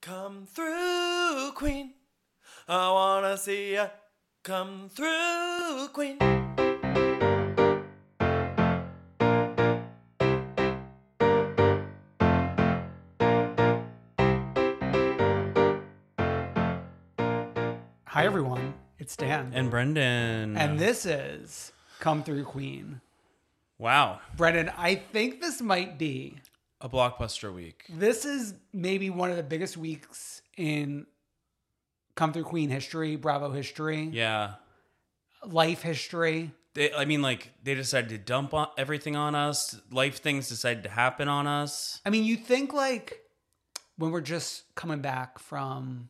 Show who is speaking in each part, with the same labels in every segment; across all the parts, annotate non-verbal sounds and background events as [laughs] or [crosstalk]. Speaker 1: Come through, Queen. I wanna see ya. Come through, Queen.
Speaker 2: Hi, everyone. It's Dan.
Speaker 3: and Brendan.
Speaker 2: And this is Come Through Queen.
Speaker 3: wow,
Speaker 2: Brendan, I think this might be.
Speaker 3: a blockbuster week.
Speaker 2: This is maybe one of the biggest weeks in Come Through Queen history, Bravo history,
Speaker 3: Yeah,
Speaker 2: life history.
Speaker 3: they, I mean, like they decided to dump on, everything on us. Life things decided to happen on us.
Speaker 2: I mean, you think like when we're just coming back from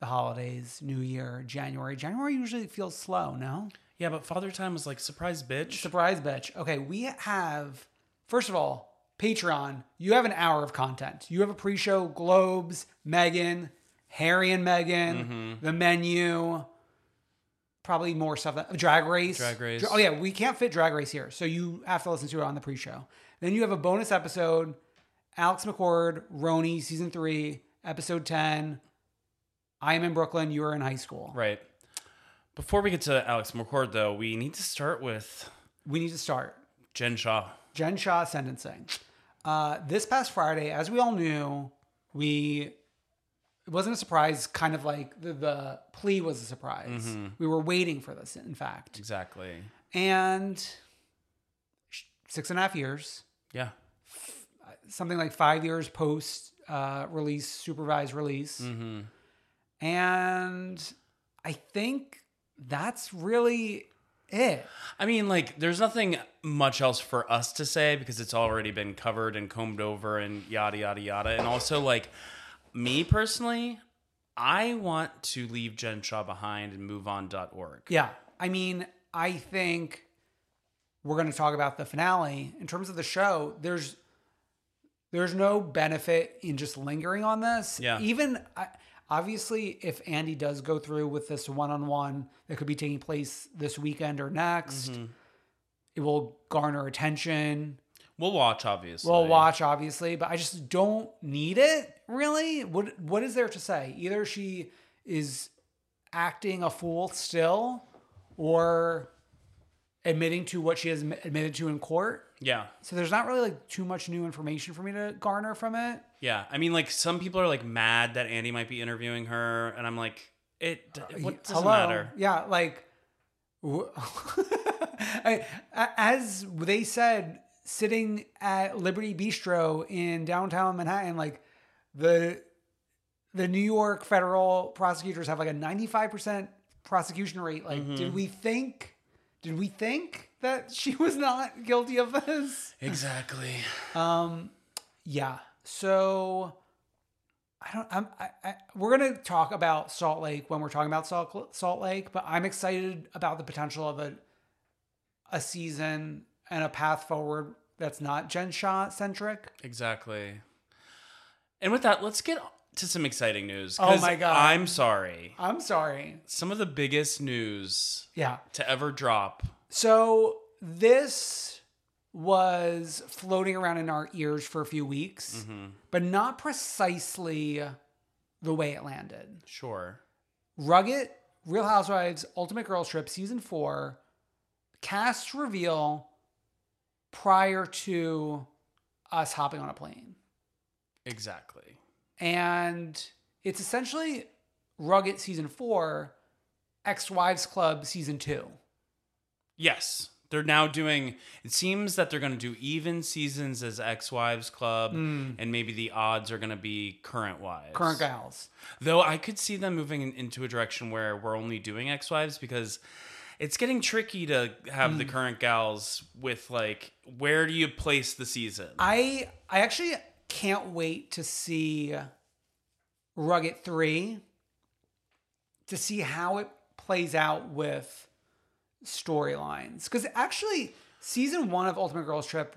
Speaker 2: the holidays, New Year, January, January usually feels slow, no?
Speaker 3: Yeah, but Father Time was like surprise, bitch.
Speaker 2: Surprise, bitch. Okay, we have, first of all, Patreon, you have an hour of content. You have a pre show, Globes, Megan, Harry and Megan,
Speaker 3: Mm-hmm.
Speaker 2: the menu, probably more stuff. That, drag Race.
Speaker 3: Drag Race.
Speaker 2: Dra- Oh, yeah, we can't fit Drag Race here. So you have to listen to it on the pre show. Then you have a bonus episode Alex McCord, Roni, season three, episode 10. I am in Brooklyn. You are in high school.
Speaker 3: right. Before we get to Alex McCord, though, we need to start with
Speaker 2: We need to start.
Speaker 3: Jen Shaw.
Speaker 2: Jen Shaw sentencing. Uh, this past Friday, as we all knew, we it wasn't a surprise. Kind of like the, the plea was a surprise. We were waiting for this, in fact.
Speaker 3: Exactly.
Speaker 2: And sh- six and a half years,
Speaker 3: Yeah.
Speaker 2: something like five years post uh, release, supervised release,
Speaker 3: Mm-hmm.
Speaker 2: and I think that's really it.
Speaker 3: I mean, like, there's nothing much else for us to say because it's already been covered and combed over and yada, yada, yada. And also, like, me personally, I want to leave Jen Shaw behind and move on.org.
Speaker 2: Yeah. I mean, I think we're going to talk about the finale in terms of the show. There's there's no benefit in just lingering on this.
Speaker 3: Yeah.
Speaker 2: Even I, obviously if Andy does go through with this one-on-one that could be taking place this weekend or next, it will garner attention.
Speaker 3: We'll watch, obviously.
Speaker 2: We'll watch obviously, but I just don't need it really. What what is there to say? Either she is acting a fool still or admitting to what she has m- admitted to in court.
Speaker 3: Yeah.
Speaker 2: So there's not really like too much new information for me to garner from it.
Speaker 3: Yeah. I mean, like, some people are, like, mad that Andy might be interviewing her. And I'm like, it, what does it
Speaker 2: Uh, Hello? [laughs]
Speaker 3: matter?
Speaker 2: Yeah, like wh- [laughs] I- a- as they said, sitting at Liberty Bistro in downtown Manhattan, like the the New York federal prosecutors have like a ninety five percent prosecution rate. Like,
Speaker 3: Mm-hmm.
Speaker 2: did we think? Did we think that she was not guilty of this?
Speaker 3: Exactly.
Speaker 2: Um, yeah. So I don't. I'm. I, I, we're gonna talk about Salt Lake when we're talking about Salt Salt Lake, but I'm excited about the potential of a a season and a path forward that's not Jen Shaw centric.
Speaker 3: Exactly. And with that, let's get to some exciting news.
Speaker 2: Oh
Speaker 3: 'cause
Speaker 2: my God.
Speaker 3: I'm sorry.
Speaker 2: I'm sorry.
Speaker 3: Some of the biggest news
Speaker 2: Yeah.
Speaker 3: to ever drop.
Speaker 2: So this was floating around in our ears for a few weeks,
Speaker 3: Mm-hmm.
Speaker 2: but not precisely the way it landed.
Speaker 3: Sure.
Speaker 2: Rugged Real Housewives Ultimate Girls Trip season four cast reveal prior to us hopping on a plane.
Speaker 3: Exactly.
Speaker 2: And it's essentially Rugged season four, Ex Wives Club season two.
Speaker 3: Yes. They're now doing it seems that they're going to do even seasons as ex-wives club and maybe the odds are going to be current wives.
Speaker 2: Mm. Current gals.
Speaker 3: Though I could see them moving in, into a direction where we're only doing ex-wives because it's getting tricky to have
Speaker 2: Mm.
Speaker 3: the current gals with like where do you place the season?
Speaker 2: I I actually can't wait to see Rugged 3 to see how it plays out with storylines cuz actually season 1 of Ultimate Girls Trip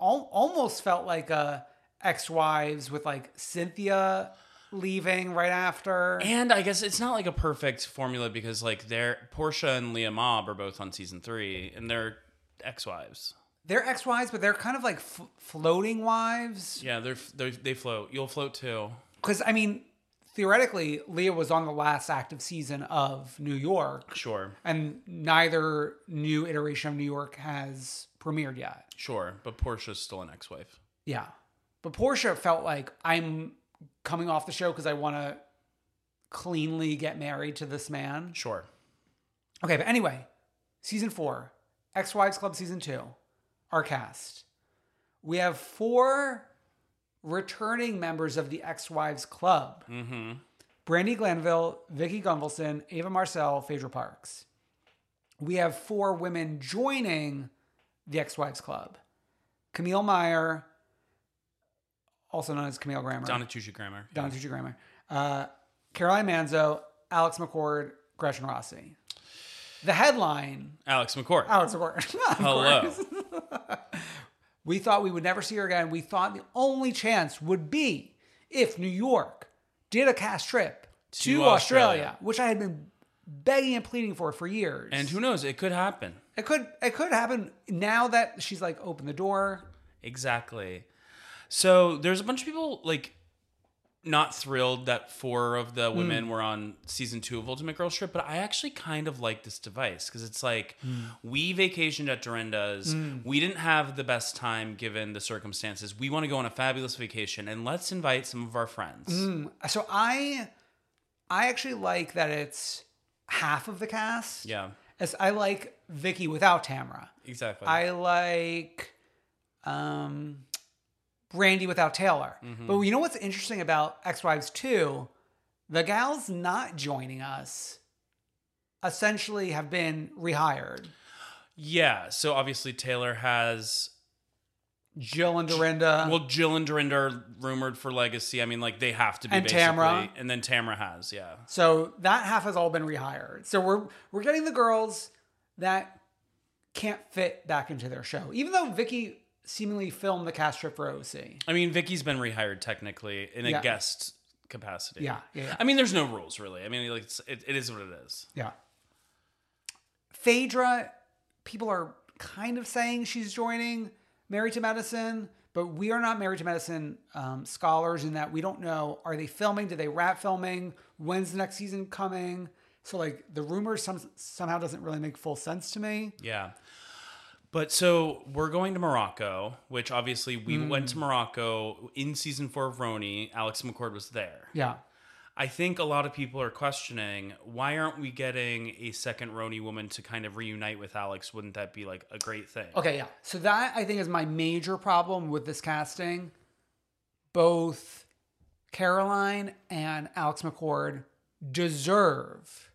Speaker 2: al- almost felt like a ex-wives with like Cynthia leaving right after.
Speaker 3: and I guess it's not like a perfect formula because like they're Portia and Leah Mob are both on season 3 and they're ex-wives.
Speaker 2: they're ex-wives but they're kind of like f- floating wives
Speaker 3: Yeah, they're, they're they float. You'll float too.
Speaker 2: cuz I mean theoretically, Leah was on the last active season of New York,
Speaker 3: Sure,
Speaker 2: and neither new iteration of New York has premiered yet.
Speaker 3: sure. But Portia's still an ex-wife.
Speaker 2: Yeah. But Portia felt like I'm coming off the show because I want to cleanly get married to this man.
Speaker 3: Sure.
Speaker 2: Okay, but anyway, season four, Ex Wives Club season two, our cast. We have four returning members of the Ex Wives Club
Speaker 3: Mm-hmm.
Speaker 2: Brandy Glanville, Vicky Gunvalson, Ava Marcel, Phaedra Parks. We have four women joining the Ex Wives Club Camille Meyer, also known as Camille Grammer.
Speaker 3: Donna Tucci Grammar.
Speaker 2: Donna Tucci Grammer. Uh, Caroline Manzo, Alex McCord, Gretchen Rossi. The headline,
Speaker 3: Alex McCord.
Speaker 2: Alex McCord. [laughs] of
Speaker 3: Hello.
Speaker 2: course. we thought we would never see her again. We thought the only chance would be if New York did a cast trip to,
Speaker 3: To
Speaker 2: Australia,
Speaker 3: Australia.
Speaker 2: which I had been begging and pleading for for years.
Speaker 3: And who knows? It could happen.
Speaker 2: it could it could happen now that she's like opened the door.
Speaker 3: Exactly. So there's a bunch of people like not thrilled that four of the women were on season two of Ultimate Girl Trip, but I actually kind of like this device because it's like we vacationed at Dorinda's. We didn't have the best time given the circumstances. We want to go on a fabulous vacation and let's invite some of our friends.
Speaker 2: Hmm. So I I actually like that it's half of the cast.
Speaker 3: Yeah,
Speaker 2: As I like Vicky without Tamra.
Speaker 3: exactly.
Speaker 2: I like um Brandy without Taylor. But you know what's interesting about Ex Wives 2? The gals not joining us essentially have been rehired.
Speaker 3: yeah. So obviously Taylor has
Speaker 2: Jill and Dorinda.
Speaker 3: Well, Jill and Dorinda are rumored for Legacy. I mean, like they have to be
Speaker 2: And
Speaker 3: basically.
Speaker 2: Tamra.
Speaker 3: And then Tamra has, yeah.
Speaker 2: so that half has all been rehired. So we're we're getting the girls that can't fit back into their show. Even though Vicky seemingly filmed the cast trip for OC.
Speaker 3: I mean, Vicky's been rehired technically in a
Speaker 2: Yeah.
Speaker 3: guest capacity.
Speaker 2: Yeah, yeah, yeah.
Speaker 3: I mean, there's no rules really. I mean, like it's, it, it is what it is.
Speaker 2: Yeah. Phaedra, people are kind of saying she's joining Married to Medicine, but we are not Married to Medicine um, scholars in that we don't know are they filming? Did they wrap filming? When's the next season coming? So like the rumor some, somehow doesn't really make full sense to me.
Speaker 3: Yeah. But so we're going to Morocco, which obviously we
Speaker 2: Mm.
Speaker 3: went to Morocco in season four of Roni. Alex McCord was there.
Speaker 2: Yeah.
Speaker 3: I think a lot of people are questioning why aren't we getting a second Roni woman to kind of reunite with Alex? Wouldn't that be like a great thing?
Speaker 2: Okay, yeah. So that I think is my major problem with this casting. Both Caroline and Alex McCord deserve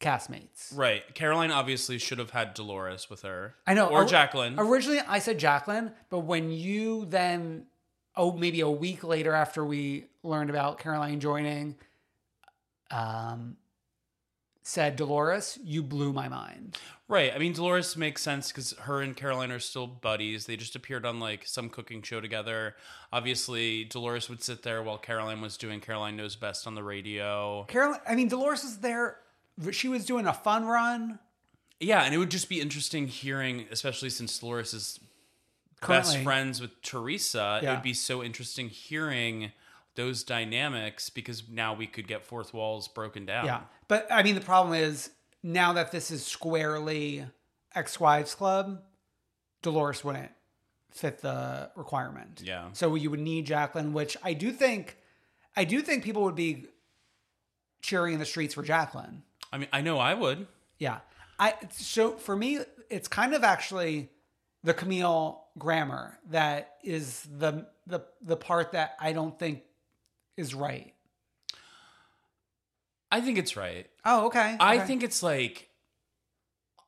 Speaker 2: castmates.
Speaker 3: Right. Caroline obviously should have had Dolores with her.
Speaker 2: I know.
Speaker 3: Or
Speaker 2: Or-
Speaker 3: Jacqueline.
Speaker 2: Originally, I said Jacqueline, but when you then, oh, maybe a week later after we learned about Caroline joining, um, said Dolores, you blew my mind.
Speaker 3: right. I mean, Dolores makes sense because her and Caroline are still buddies. They just appeared on like some cooking show together. Obviously, Dolores would sit there while Caroline was doing Caroline Knows Best on the radio.
Speaker 2: Caroline, I mean, Dolores was there. She was doing a fun run.
Speaker 3: Yeah. And it would just be interesting hearing, especially since Dolores is best
Speaker 2: Currently.
Speaker 3: friends with Teresa. It
Speaker 2: Yeah.
Speaker 3: would be so interesting hearing those dynamics because now we could get fourth walls broken down.
Speaker 2: Yeah. Um, But I mean, the problem is now that this is squarely ex wives club, Dolores wouldn't fit the requirement.
Speaker 3: Yeah.
Speaker 2: So you would need Jacqueline, which I do think, I do think people would be cheering in the streets for Jacqueline.
Speaker 3: I mean, I know I would.
Speaker 2: Yeah. I so for me, it's kind of actually the Camille grammar that is the the the part that I don't think is right.
Speaker 3: I think it's right.
Speaker 2: Oh, okay.
Speaker 3: I
Speaker 2: okay.
Speaker 3: think it's like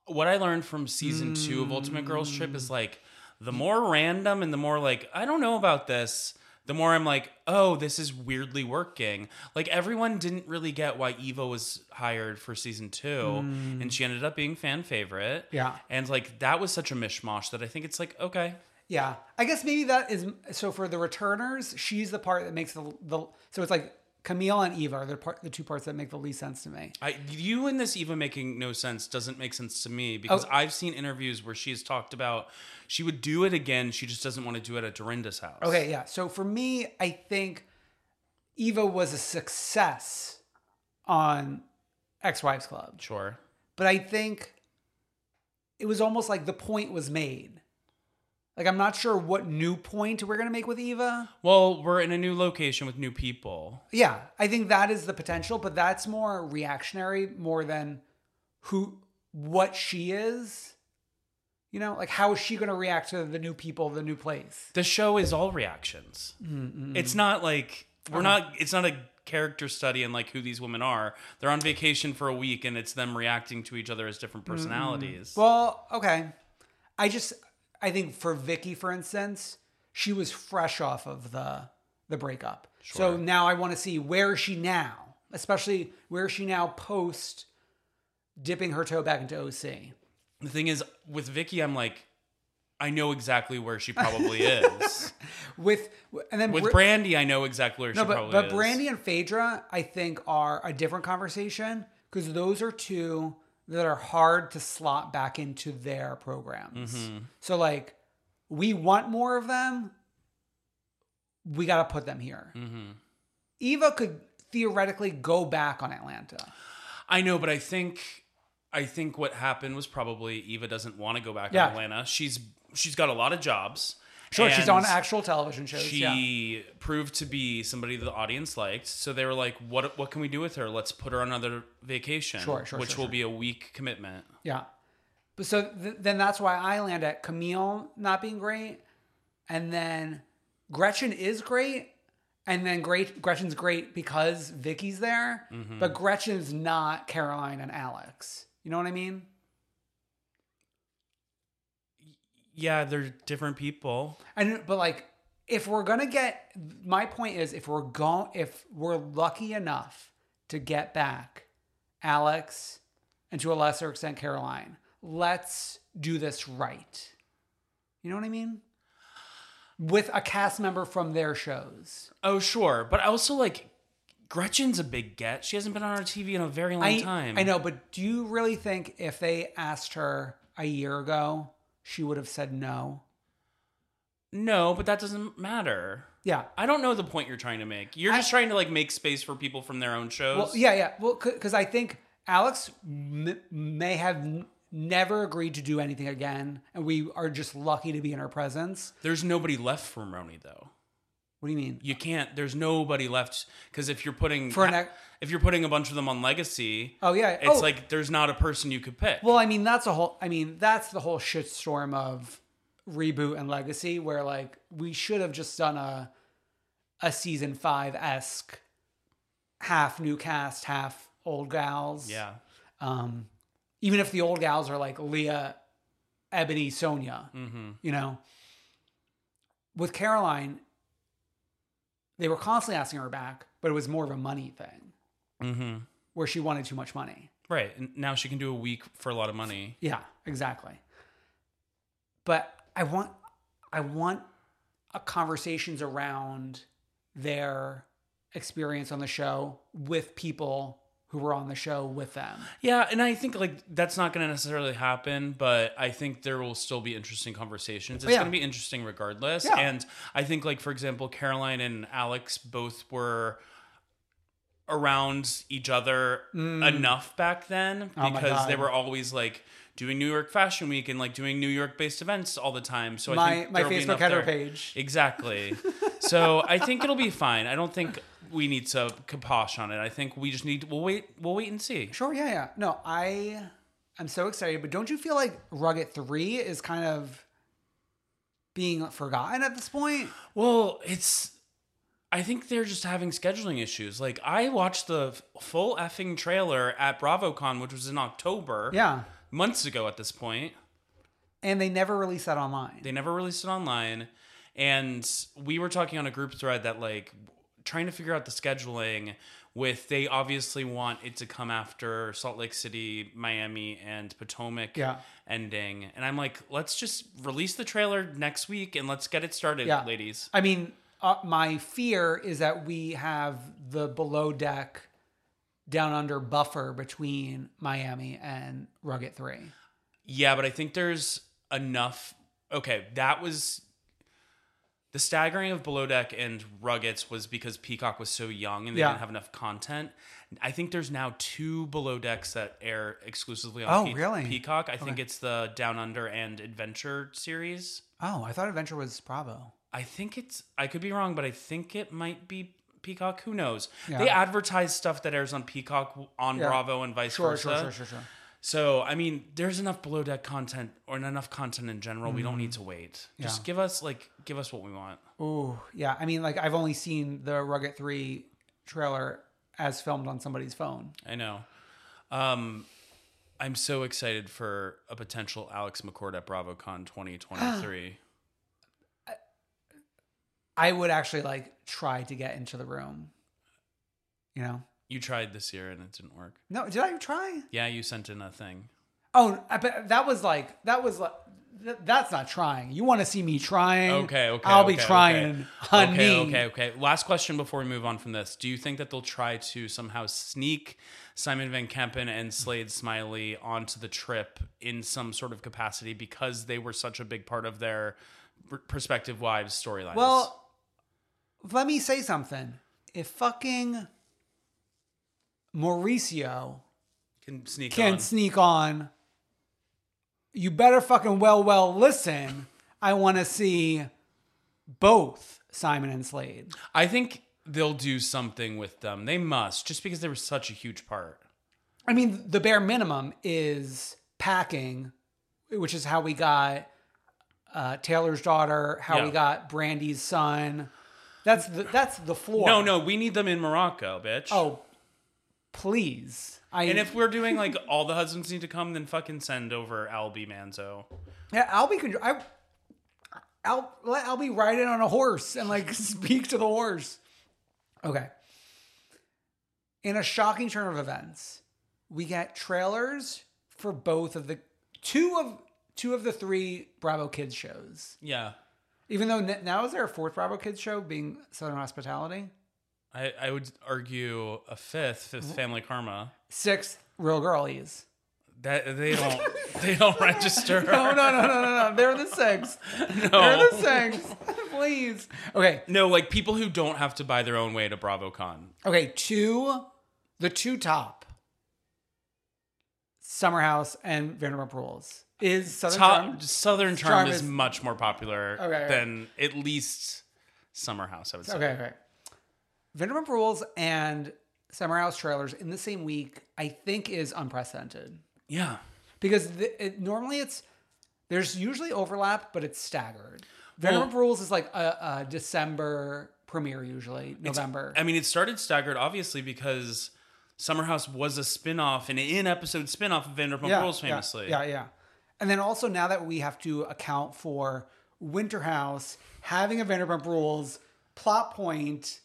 Speaker 3: what I learned from season two of Ultimate Girls Trip
Speaker 2: Mm.
Speaker 3: is like the more random and the more like I don't know about this, the more I'm like, oh, this is weirdly working. Like everyone didn't really get why Eva was hired for season two, and she ended up being fan favorite.
Speaker 2: Mm. Yeah.
Speaker 3: and like that was such a mishmash that I think it's like okay,
Speaker 2: Yeah, I guess maybe that is so. For the returners, she's the part that makes the the. So it's like Camille and Eva are the part, the two parts that make the least sense to me.
Speaker 3: I, you and this Eva making no sense doesn't make sense to me because
Speaker 2: Oh.
Speaker 3: I've seen interviews where she's talked about she would do it again. She just doesn't want to do it at Dorinda's house.
Speaker 2: Okay, yeah. So for me, I think Eva was a success on Ex Wives Club.
Speaker 3: Sure.
Speaker 2: But I think it was almost like the point was made. Like, I'm not sure what new point we're going to make with Eva.
Speaker 3: Well, we're in a new location with new people.
Speaker 2: Yeah, I think that is the potential, but that's more reactionary more than who what she is. You know, like how is she going to react to the new people, the new place?
Speaker 3: The show is all reactions. It's not like
Speaker 2: Oh.
Speaker 3: we're not. It's not a character study in like who these women are. They're on vacation for a week, and it's them reacting to each other as different personalities.
Speaker 2: Well, okay. I just I think for Vicky for instance, she was fresh off of the the breakup. So now I want to see where is she now, especially where is she now post dipping her toe back into OC.
Speaker 3: the thing is, with Vicky, I'm like, I know exactly where she
Speaker 2: [laughs]
Speaker 3: probably is.
Speaker 2: With and then
Speaker 3: With
Speaker 2: Bri-
Speaker 3: Brandy, I know exactly where
Speaker 2: No,
Speaker 3: she
Speaker 2: but,
Speaker 3: probably
Speaker 2: but
Speaker 3: is.
Speaker 2: Brandy and Phaedra, I think, are a different conversation because those are two that are hard to slot back into their programs.
Speaker 3: Mm-hmm.
Speaker 2: So, like, we want more of them. We got to put them here.
Speaker 3: Mm-hmm.
Speaker 2: Eva could theoretically go back on Atlanta.
Speaker 3: I know, but I think I think what happened was probably Eva doesn't want to go back
Speaker 2: Yeah.
Speaker 3: to Atlanta. She's she's got a lot of jobs.
Speaker 2: Sure, she's
Speaker 3: and
Speaker 2: on actual television shows. yeah.
Speaker 3: She proved to be somebody the audience liked, so they were like, "What what can we do with her? Let's put her on another vacation,
Speaker 2: Sure, sure,
Speaker 3: which
Speaker 2: sure,
Speaker 3: will
Speaker 2: sure.
Speaker 3: be a week commitment."
Speaker 2: Yeah. But so th- then that's why I land at Camille not being great. And then Gretchen is great. And then great Gretchen's great because Vicky's there. But Gretchen's not Caroline and Alex. You know what I mean?
Speaker 3: Yeah, they're different people.
Speaker 2: And but like if we're gonna get my point is if we're going if we're lucky enough to get back Alex and to a lesser extent Caroline, let's do this right. You know what I mean? With a cast member from their shows.
Speaker 3: Oh, sure, but I also like Gretchen's a big get. She hasn't been on our TV in a very long
Speaker 2: I,
Speaker 3: time.
Speaker 2: I know, but do you really think if they asked her a year ago, she would have said no?
Speaker 3: No, but that doesn't matter.
Speaker 2: Yeah.
Speaker 3: I don't know the point you're trying to make. You're just trying to like make space for people from their own shows.
Speaker 2: Well, yeah, yeah. Well, because I think Alex m- may have n- never agreed to do anything again, and we are just lucky to be in her presence.
Speaker 3: There's nobody left for Roni though.
Speaker 2: What do you mean?
Speaker 3: You can't. There's nobody left because if you're putting
Speaker 2: For an ac-
Speaker 3: if you're putting a bunch of them on Legacy,
Speaker 2: Oh yeah.
Speaker 3: it's
Speaker 2: Oh,
Speaker 3: like there's not a person you could pick.
Speaker 2: well, I mean that's a whole. I mean that's the whole shitstorm of reboot and legacy, where like we should have just done a a season five esque half new cast, half old gals.
Speaker 3: yeah.
Speaker 2: Um, even if the old gals are like Leah, Ebony, Sonia.
Speaker 3: Mm-hmm.
Speaker 2: you know, with Caroline, they were constantly asking her back, but it was more of a money thing
Speaker 3: Mm-hmm.
Speaker 2: where she wanted too much money.
Speaker 3: Right. And now she can do a week for a lot of money.
Speaker 2: Yeah, exactly. But I want, I want a conversations around their experience on the show with people who were on the show with them.
Speaker 3: Yeah, and I think like that's not going to necessarily happen, but I think there will still be interesting conversations. It's
Speaker 2: Yeah.
Speaker 3: going to be interesting regardless.
Speaker 2: Yeah.
Speaker 3: And I think like for example, Caroline and Alex both were around each other enough back then
Speaker 2: Oh my
Speaker 3: because they
Speaker 2: God.
Speaker 3: were always like doing New York Fashion Week and like doing New York based events all the time. So I
Speaker 2: my
Speaker 3: think
Speaker 2: my
Speaker 3: there will be
Speaker 2: Facebook
Speaker 3: enough
Speaker 2: header
Speaker 3: there.
Speaker 2: page.
Speaker 3: Exactly. so I think it'll be fine. I don't think we need to kaposh on it. I think we just need we'll wait we'll wait and see.
Speaker 2: Sure, yeah, yeah. No, I I'm so excited, but don't you feel like Rugged 3 is kind of being forgotten at this point?
Speaker 3: Well, it's. I think they're just having scheduling issues. Like I watched the f- full effing trailer at BravoCon, which was in October,
Speaker 2: Yeah.
Speaker 3: months ago at this point.
Speaker 2: And they never release that online.
Speaker 3: They never released it online, and we were talking on a group thread that like trying to figure out the scheduling. With they obviously want it to come after Salt Lake City, Miami, and Potomac
Speaker 2: Yeah.
Speaker 3: ending, and I'm like, let's just release the trailer next week and let's get it started,
Speaker 2: Yeah.
Speaker 3: ladies.
Speaker 2: I mean, uh, my fear is that we have the below deck down under buffer between Miami and Rugged 3.
Speaker 3: Yeah, but I think there's enough. Okay, that was the staggering of Below Deck and Ruggets was because Peacock was so young and they
Speaker 2: Yeah.
Speaker 3: didn't have enough content. I think there's now two Below Decks that air exclusively
Speaker 2: Oh,
Speaker 3: on Pe-
Speaker 2: really?
Speaker 3: Peacock. I think it's the Down Under and Adventure series.
Speaker 2: Oh, I thought Adventure was Bravo.
Speaker 3: I think it's I could be wrong, but I think it might be Peacock. Who knows?
Speaker 2: Yeah.
Speaker 3: They advertise stuff that airs on Peacock w- on
Speaker 2: Yeah.
Speaker 3: Bravo and vice
Speaker 2: Sure,
Speaker 3: versa.
Speaker 2: sure, sure, sure, sure.
Speaker 3: So I mean, there's enough below deck content or enough content in general. We don't need to wait. Just
Speaker 2: Yeah.
Speaker 3: give us like give us what we want.
Speaker 2: Ooh, yeah. I mean, like I've only seen the Rugged Three trailer as filmed on somebody's phone.
Speaker 3: I know. Um, I'm so excited for a potential Alex McCord at BravoCon [gasps] 2023.
Speaker 2: I would actually like try to get into the room. You know?
Speaker 3: you tried this year and it didn't work.
Speaker 2: No, did I try?
Speaker 3: Yeah, you sent in a thing.
Speaker 2: Oh, I bet that was like that was like th- that's not trying. You want to see me trying?
Speaker 3: Okay, okay.
Speaker 2: I'll be
Speaker 3: okay,
Speaker 2: trying,
Speaker 3: okay.
Speaker 2: honey.
Speaker 3: Okay, okay, okay. Last question before we move on from this. Do you think that they'll try to somehow sneak Simon Van Kempen and Slade Smiley onto the trip in some sort of capacity because they were such a big part of their pr- prospective wives' storylines?
Speaker 2: Well, let me say something. If fucking Mauricio
Speaker 3: can sneak
Speaker 2: can
Speaker 3: on.
Speaker 2: sneak on, you better fucking well, well listen. I want to see both Simon and Slade.
Speaker 3: I think they'll do something with them. They must, just because they were such a huge part.
Speaker 2: I mean, the bare minimum is packing, which is how we got uh, Taylor's daughter, how we
Speaker 3: Yeah.
Speaker 2: got Brandy's son. That's the that's the floor.
Speaker 3: No, no, we need them in Morocco, bitch.
Speaker 2: Oh, please. I
Speaker 3: And if we're doing like all the husbands need to come, then fucking send over Albie Manzo.
Speaker 2: yeah, Albie could. I, I'll let Albie ride in on a horse and like [laughs] speak to the horse. Okay. In a shocking turn of events, we get trailers for both of the two of two of the three Bravo Kids shows.
Speaker 3: Yeah.
Speaker 2: Even though n- now is there a fourth Bravo Kids show being Southern Hospitality,
Speaker 3: I, I would argue a fifth, fifth family karma.
Speaker 2: sixth Real Girlies.
Speaker 3: That they [laughs] don't they don't [laughs] register.
Speaker 2: No, no, no, no, no, no. They're the sixth. They're the sixth. [laughs] Please. Okay.
Speaker 3: No, like people who don't have to buy their own way to BravoCon.
Speaker 2: Okay, two, the two top, Summer House and Vanderpump Rules is Southern
Speaker 3: Top
Speaker 2: Charm.
Speaker 3: Southern Charm,
Speaker 2: Charm
Speaker 3: is,
Speaker 2: is-
Speaker 3: much more popular
Speaker 2: Okay, okay.
Speaker 3: than at least Summer House, I would say.
Speaker 2: Okay, okay. Vanderpump Rules and Summer House trailers in the same week, I think, is unprecedented
Speaker 3: Yeah.
Speaker 2: because the, it, normally it's there's usually overlap, but it's staggered. Vanderpump Rules is like a, a December premiere usually, November.
Speaker 3: I mean, it started staggered, obviously, because Summer House was a spin-off, an in-episode spin-off of Vanderpump Rules, famously.
Speaker 2: Yeah, yeah, And then also now that we have to account for Winterhouse having a Vanderpump Rules plot point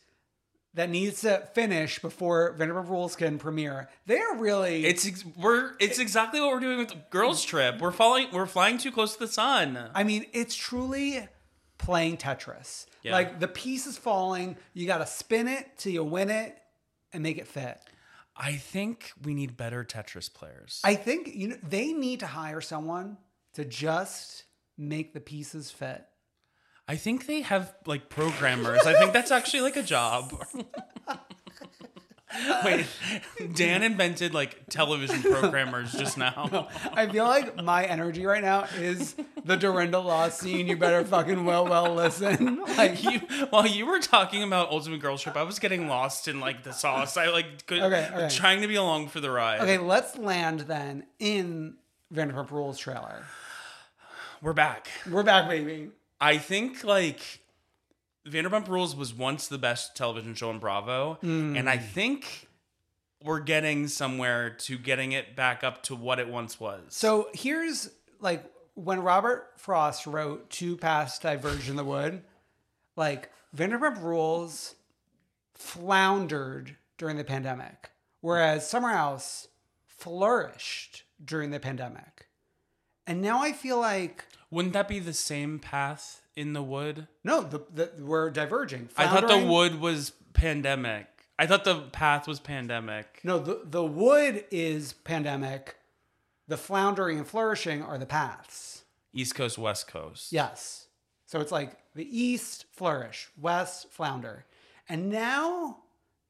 Speaker 2: that needs to finish before Vanderpump Rules can premiere, they are really
Speaker 3: It's ex- we're it's exactly what we're doing with the Girls Trip. We're falling we're flying too close to the sun.
Speaker 2: I mean, it's truly playing Tetris.
Speaker 3: Yeah.
Speaker 2: Like the piece is falling, you got to spin it till you win it and make it fit.
Speaker 3: I think we need better Tetris players.
Speaker 2: I think you know they need to hire someone to just make the pieces fit.
Speaker 3: I think they have like programmers. I think that's actually like a job. [laughs] Wait, Dan invented like television programmers just now.
Speaker 2: [laughs] I feel like my energy right now is the Dorinda Law scene. You better fucking well, well listen. [laughs] Like,
Speaker 3: You, while you were talking about Ultimate Girls Trip, I was getting lost in like the sauce. I like could,
Speaker 2: Okay, okay.
Speaker 3: trying to be along for the ride.
Speaker 2: okay, let's land then in Vanderpump Rules trailer.
Speaker 3: We're back.
Speaker 2: We're back, baby.
Speaker 3: I think like Vanderpump Rules was once the best television show in Bravo, and I think we're getting somewhere to getting it back up to what it once was.
Speaker 2: So here's like when Robert Frost wrote Two Past Diverge in the Wood, like Vanderpump Rules floundered during the pandemic, whereas Summer House flourished during the pandemic. And now I feel like
Speaker 3: Wouldn't that be the same path in the wood?
Speaker 2: No, the, the we're diverging.
Speaker 3: I thought the
Speaker 2: Floundering-
Speaker 3: wood was pandemic. I thought the path was pandemic.
Speaker 2: No, the the wood is pandemic. The floundering and flourishing are the paths.
Speaker 3: East Coast, West Coast.
Speaker 2: Yes. So it's like the East flourish, West flounder. And now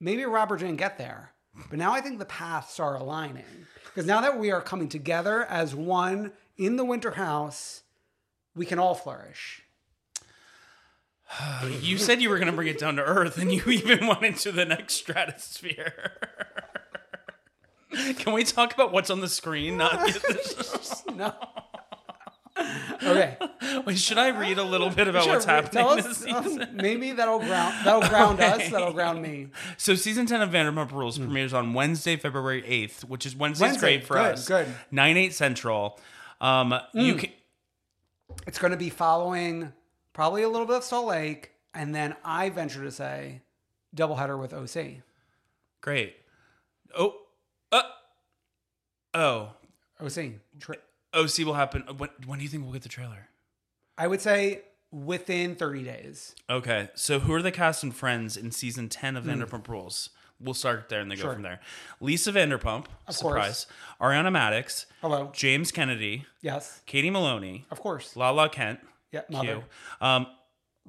Speaker 2: maybe Robert didn't get there, but now I think the paths are aligning. Because now that we are coming together as one in the winter house, we can all flourish. [laughs]
Speaker 3: You said you were going to bring it down to earth, and you [laughs] even went into the next stratosphere. [laughs] Can we talk about what's on the screen? Not get this-
Speaker 2: No. [laughs] Okay.
Speaker 3: Wait, should I read a little bit about
Speaker 2: Sure,
Speaker 3: what's
Speaker 2: Rick,
Speaker 3: happening
Speaker 2: tell
Speaker 3: this
Speaker 2: [laughs] us, um,
Speaker 3: season?
Speaker 2: maybe that'll ground that'll ground
Speaker 3: Okay.
Speaker 2: us, that'll ground me.
Speaker 3: So season 10 of Vanderpump Rules premieres on Wednesday, February 8th, which is Wednesday's
Speaker 2: Wednesday,
Speaker 3: great for
Speaker 2: good,
Speaker 3: us.
Speaker 2: good. Hmm.
Speaker 3: 9, 8 central. Um, You can,
Speaker 2: It's going to be following probably a little bit of Salt Lake, and then I venture to say doubleheader with OC.
Speaker 3: great. Oh, uh, oh,
Speaker 2: OC. Tri-
Speaker 3: OC will happen. When, when do you think we'll get the trailer?
Speaker 2: I would say within 30 days.
Speaker 3: Okay, so who are the cast and friends in season 10 of Vanderpump Rules? We'll start there and then go
Speaker 2: Hmm. Sure.
Speaker 3: from there. Lisa Vanderpump,
Speaker 2: Of
Speaker 3: surprise. Ariana Maddox,
Speaker 2: Hello.
Speaker 3: James Kennedy,
Speaker 2: Yes.
Speaker 3: Katie Maloney,
Speaker 2: Of course.
Speaker 3: Lala Kent,
Speaker 2: Yeah.
Speaker 3: Q,
Speaker 2: Mother.
Speaker 3: um,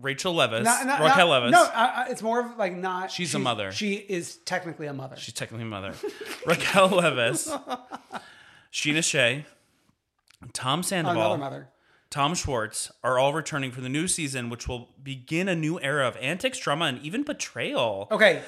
Speaker 3: Rachel Levis,
Speaker 2: Not- not-
Speaker 3: Raquel
Speaker 2: not-
Speaker 3: Levis.
Speaker 2: No, I, I- it's more of like not.
Speaker 3: She's a mother.
Speaker 2: She is technically a mother.
Speaker 3: She's technically a mother. [laughs] Raquel Levis, Sheena Shea, Tom
Speaker 2: Another
Speaker 3: Sandoval,
Speaker 2: mother.
Speaker 3: Tom Schwartz are all returning for the new season, which will begin a new era of antics, drama, and even betrayal.
Speaker 2: Okay.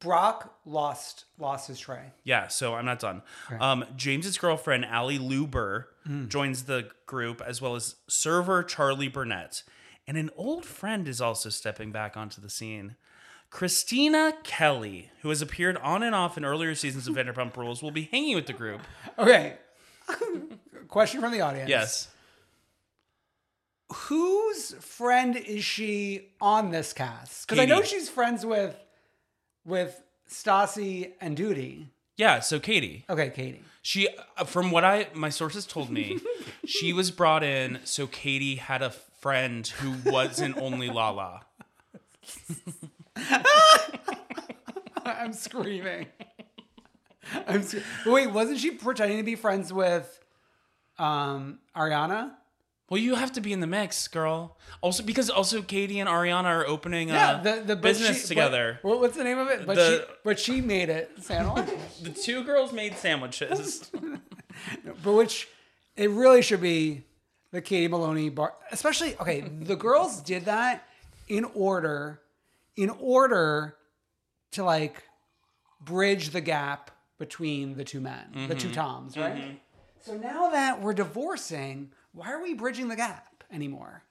Speaker 2: Brock lost lost his tray.
Speaker 3: Yeah, so I'm not done. Um, James's girlfriend, Allie Luber, joins the group, as well as server Charlie Burnett. And an old friend is also stepping back onto the scene. Christina Kelly, who has appeared on and off in earlier seasons of Vanderpump Rules, will be hanging with the group.
Speaker 2: Okay. Question from the audience.
Speaker 3: Yes.
Speaker 2: whose friend is she on this cast? Because I
Speaker 3: Katie.
Speaker 2: know she's friends with with Stassi and Duty.
Speaker 3: Yeah, so Katie,
Speaker 2: Okay, Katie.
Speaker 3: she uh, from what I my sources told me, she was brought in so Katie had a friend who wasn't only Lala.
Speaker 2: I'm screaming. [laughs] I'm sc- Wait, wasn't she pretending to be friends with um Ariana?
Speaker 3: Well, you have to be in the mix, girl. Also, because also Katie and Ariana are opening uh,
Speaker 2: Yeah, the, the but
Speaker 3: business
Speaker 2: she- [laughs]
Speaker 3: together.
Speaker 2: What, what's the name of it? But
Speaker 3: The-
Speaker 2: she but she made it
Speaker 3: [laughs]
Speaker 2: sandwich.
Speaker 3: the two girls made
Speaker 2: [laughs]
Speaker 3: sandwiches.
Speaker 2: but which it really should be the Katie Maloney bar, especially. Okay, the girls did that in order, in order to like bridge the gap between the two men, the two Toms, right? So now that we're divorcing, why are we bridging the gap anymore?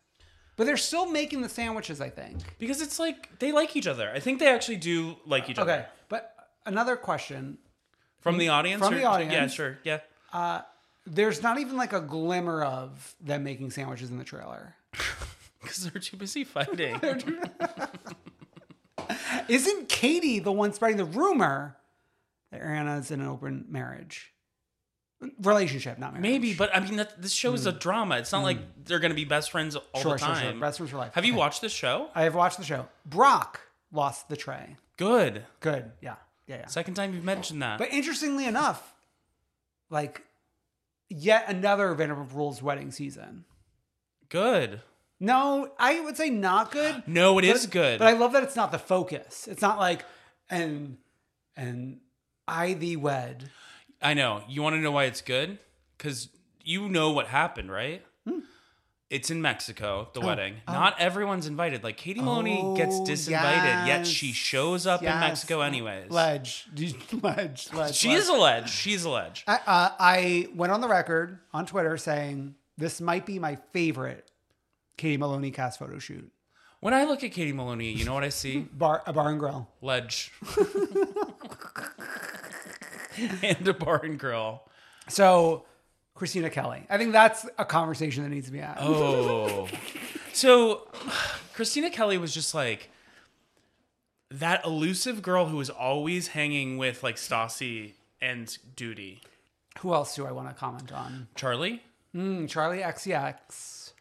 Speaker 2: But they're still making the sandwiches, I think.
Speaker 3: [laughs] because it's like they like each other. I think they actually do like each
Speaker 2: Okay,
Speaker 3: other.
Speaker 2: but another question
Speaker 3: From the audience.
Speaker 2: From
Speaker 3: or-
Speaker 2: the audience.
Speaker 3: Yeah, sure. Yeah.
Speaker 2: there's not even like a glimmer of them making sandwiches in the trailer.
Speaker 3: Because they're too
Speaker 2: [laughs]
Speaker 3: busy fighting.
Speaker 2: Isn't Katie the one spreading the rumor that Ariana's in an open marriage? Relationship, not marriage.
Speaker 3: Maybe, but I mean, that, this show is a drama. It's not like they're going to be best friends all
Speaker 2: Hmm. Sure,
Speaker 3: the
Speaker 2: sure,
Speaker 3: time.
Speaker 2: sure. Best friends for life.
Speaker 3: Have you
Speaker 2: Okay.
Speaker 3: watched this show?
Speaker 2: I have watched the show. Brock lost the tray.
Speaker 3: Good.
Speaker 2: Good. Yeah. Yeah. yeah.
Speaker 3: Second time you've mentioned that.
Speaker 2: but interestingly enough, like yet another Vanderpump Rules wedding season.
Speaker 3: good.
Speaker 2: No, I would say not good.
Speaker 3: No, it
Speaker 2: It is
Speaker 3: is good.
Speaker 2: But I love that it's not the focus. It's not like and and I the wed.
Speaker 3: I know. You want to know why it's good? Because you know what happened, right?
Speaker 2: Hmm.
Speaker 3: It's in Mexico, the wedding. Not everyone's invited. Like Katie Maloney gets
Speaker 2: Oh,
Speaker 3: disinvited, yet
Speaker 2: yes.
Speaker 3: she shows up in
Speaker 2: Yes.
Speaker 3: Mexico anyways.
Speaker 2: Ledge. [laughs] Ledge. Ledge.
Speaker 3: She is a ledge. She's a ledge.
Speaker 2: I, uh, I went on the record on Twitter saying this might be my favorite Katie Maloney cast photo shoot.
Speaker 3: When I look at Katie Maloney, you know what I
Speaker 2: [laughs]
Speaker 3: see?
Speaker 2: Bar a bar and grill.
Speaker 3: Ledge. [laughs] and a bar and grill.
Speaker 2: So Christina Kelly. I think that's a conversation that needs to be had.
Speaker 3: Oh. so [sighs] Christina Kelly was just like that elusive girl who was always hanging with like Stassi and Duty.
Speaker 2: Who else do I want to comment on?
Speaker 3: Charlie?
Speaker 2: E Hmm, Charlie XCX.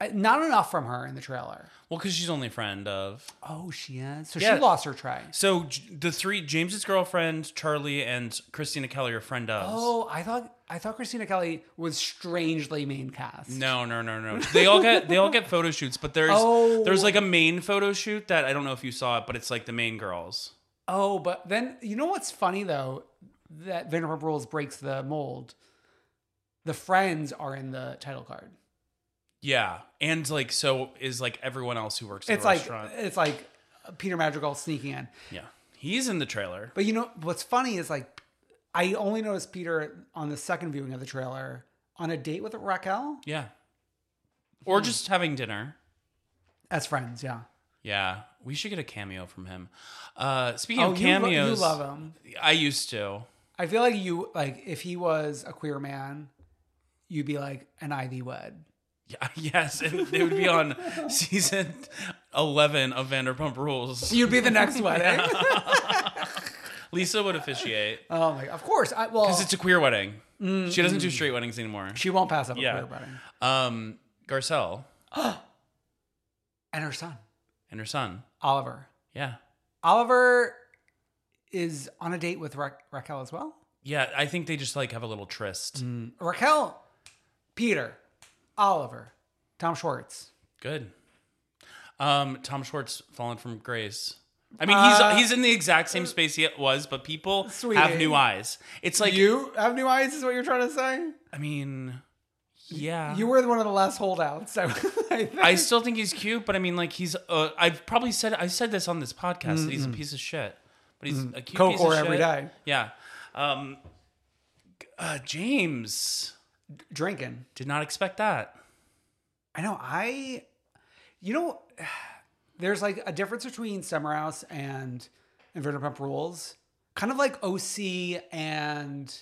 Speaker 2: Uh, Not enough from her in the trailer.
Speaker 3: Well, because she's only a friend of.
Speaker 2: Oh, she is. So
Speaker 3: Yeah.
Speaker 2: she lost her tray.
Speaker 3: So J- the three James's girlfriend, Charlie, and Christina Kelly are friend of.
Speaker 2: Oh, I thought I thought Christina Kelly was strangely main cast.
Speaker 3: No, no, no, no. They all get they all get photo shoots, but there's
Speaker 2: Oh.
Speaker 3: there's like a main photo shoot that I don't know if you saw it, but it's like the main girls.
Speaker 2: Oh, but then you know what's funny though? That Vanderpump Rules breaks the mold. The friends are in the title card.
Speaker 3: Yeah, and like so is like everyone else who works. At
Speaker 2: It's
Speaker 3: the
Speaker 2: like
Speaker 3: restaurant.
Speaker 2: it's like Peter Madrigal sneaking in.
Speaker 3: yeah, he's in the trailer.
Speaker 2: But you know what's funny is like I only noticed Peter on the second viewing of the trailer on a date with Raquel
Speaker 3: Yeah, Hmm. or just having dinner.
Speaker 2: as friends. Yeah.
Speaker 3: Yeah, we should get a cameo from him. Uh, speaking
Speaker 2: oh,
Speaker 3: of
Speaker 2: you lo-
Speaker 3: cameos,
Speaker 2: you love him.
Speaker 3: I used to.
Speaker 2: I feel like you like if he was a queer man, you'd be like an Ivy Wed.
Speaker 3: Yeah, [laughs] yes, and it would be [laughs] on season eleven of Vanderpump Rules.
Speaker 2: You'd be
Speaker 3: [laughs]
Speaker 2: the next wedding.
Speaker 3: Lisa would officiate
Speaker 2: Oh my! Of course. I, well,
Speaker 3: because it's a queer wedding. She doesn't do straight weddings anymore.
Speaker 2: she won't pass up a
Speaker 3: Yeah.
Speaker 2: queer wedding.
Speaker 3: Um, Garcelle
Speaker 2: And her son,
Speaker 3: and her son.
Speaker 2: Oliver.
Speaker 3: Yeah,
Speaker 2: Oliver is on a date with Ra- Raquel as well.
Speaker 3: yeah. I think they just like have a little tryst.
Speaker 2: Mm. Raquel, Peter, Oliver, Tom Schwartz.
Speaker 3: Good. Um, Tom Schwartz fallen from grace. I mean, he's
Speaker 2: Uh,
Speaker 3: he's in the exact same space he was, but people have
Speaker 2: Sweetie.
Speaker 3: new eyes. It's like
Speaker 2: you have new eyes, is what you're trying to say?
Speaker 3: I mean, yeah.
Speaker 2: Uh-huh. You were one of the last holdouts. I, I [laughs] think.
Speaker 3: I still think he's cute, but I mean, like he's. Uh, I've probably said I said this on this podcast. that He's a piece of shit, but he's a cute
Speaker 2: Coke
Speaker 3: piece
Speaker 2: or
Speaker 3: of
Speaker 2: every
Speaker 3: shit.
Speaker 2: day.
Speaker 3: Yeah. Um, uh, James
Speaker 2: drinking.
Speaker 3: did not expect that.
Speaker 2: I know. I, you know, [sighs] there's like a difference between Summer House and, and Vanderpump Rules, kind of like OC and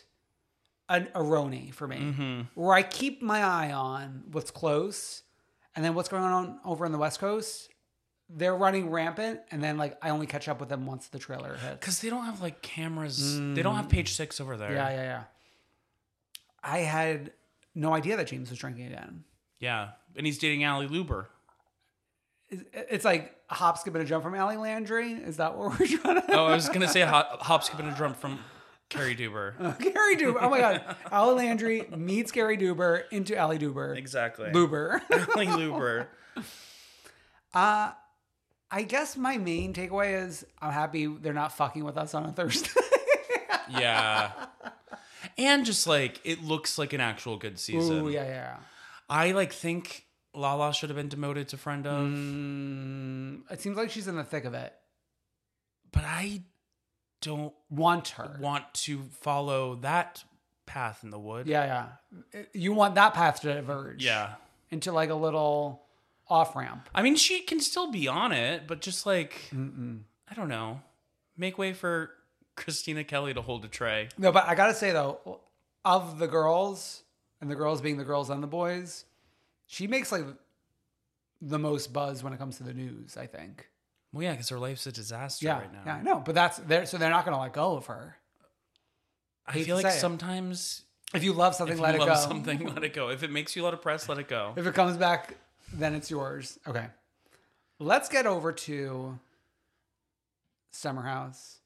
Speaker 2: an Aroni for me, where I keep my eye on what's close, and then what's going on over on the West Coast. They're running rampant, and then like I only catch up with them once the trailer hits.
Speaker 3: Because they don't have like cameras. They don't have page six over there.
Speaker 2: Mm. Yeah, yeah, yeah. I had no idea that James was drinking again.
Speaker 3: Yeah. And he's dating Allie Luber.
Speaker 2: It's like a hop, skip, and a jump from Allie Landry. Is that what we're [laughs] trying to?
Speaker 3: Oh, I was going to say hop, hop, skip, and a drum from Carrie Duber.
Speaker 2: Gary Duber. Oh my God. Allie Landry meets Gary Duber into Allie Duber.
Speaker 3: Exactly.
Speaker 2: [laughs] Luber.
Speaker 3: Allie Luber.
Speaker 2: Uh, I guess my main takeaway is I'm happy they're not fucking with us on a Thursday.
Speaker 3: Yeah. And just like, it looks like an actual good season.
Speaker 2: Ooh, yeah, yeah.
Speaker 3: I like think Lala should have been demoted to friend of,
Speaker 2: Mm, it seems like she's in the thick of it.
Speaker 3: but I don't
Speaker 2: Want her.
Speaker 3: want to follow that path in the wood.
Speaker 2: Yeah, yeah. You want that path to diverge.
Speaker 3: Yeah.
Speaker 2: Into like a little off ramp.
Speaker 3: I mean, she can still be on it, but just like
Speaker 2: Mm.
Speaker 3: I don't know, make way for Christina Kelly to hold a tray.
Speaker 2: No, but I gotta say though, of the girls and the girls being the girls and the boys, she makes like the most buzz when it comes to the news. I think.
Speaker 3: Well, yeah, because her life's a disaster
Speaker 2: Yeah,
Speaker 3: right now.
Speaker 2: yeah, I know. But that's there, so they're not gonna let go of her.
Speaker 3: I
Speaker 2: hate
Speaker 3: feel
Speaker 2: to
Speaker 3: like
Speaker 2: say it.
Speaker 3: sometimes
Speaker 2: If you love something,
Speaker 3: if
Speaker 2: let
Speaker 3: you
Speaker 2: it
Speaker 3: love
Speaker 2: go.
Speaker 3: something, [laughs] let it go. If it makes you let it press, let it go.
Speaker 2: If it comes back, then it's yours. Okay, let's get over to Summer House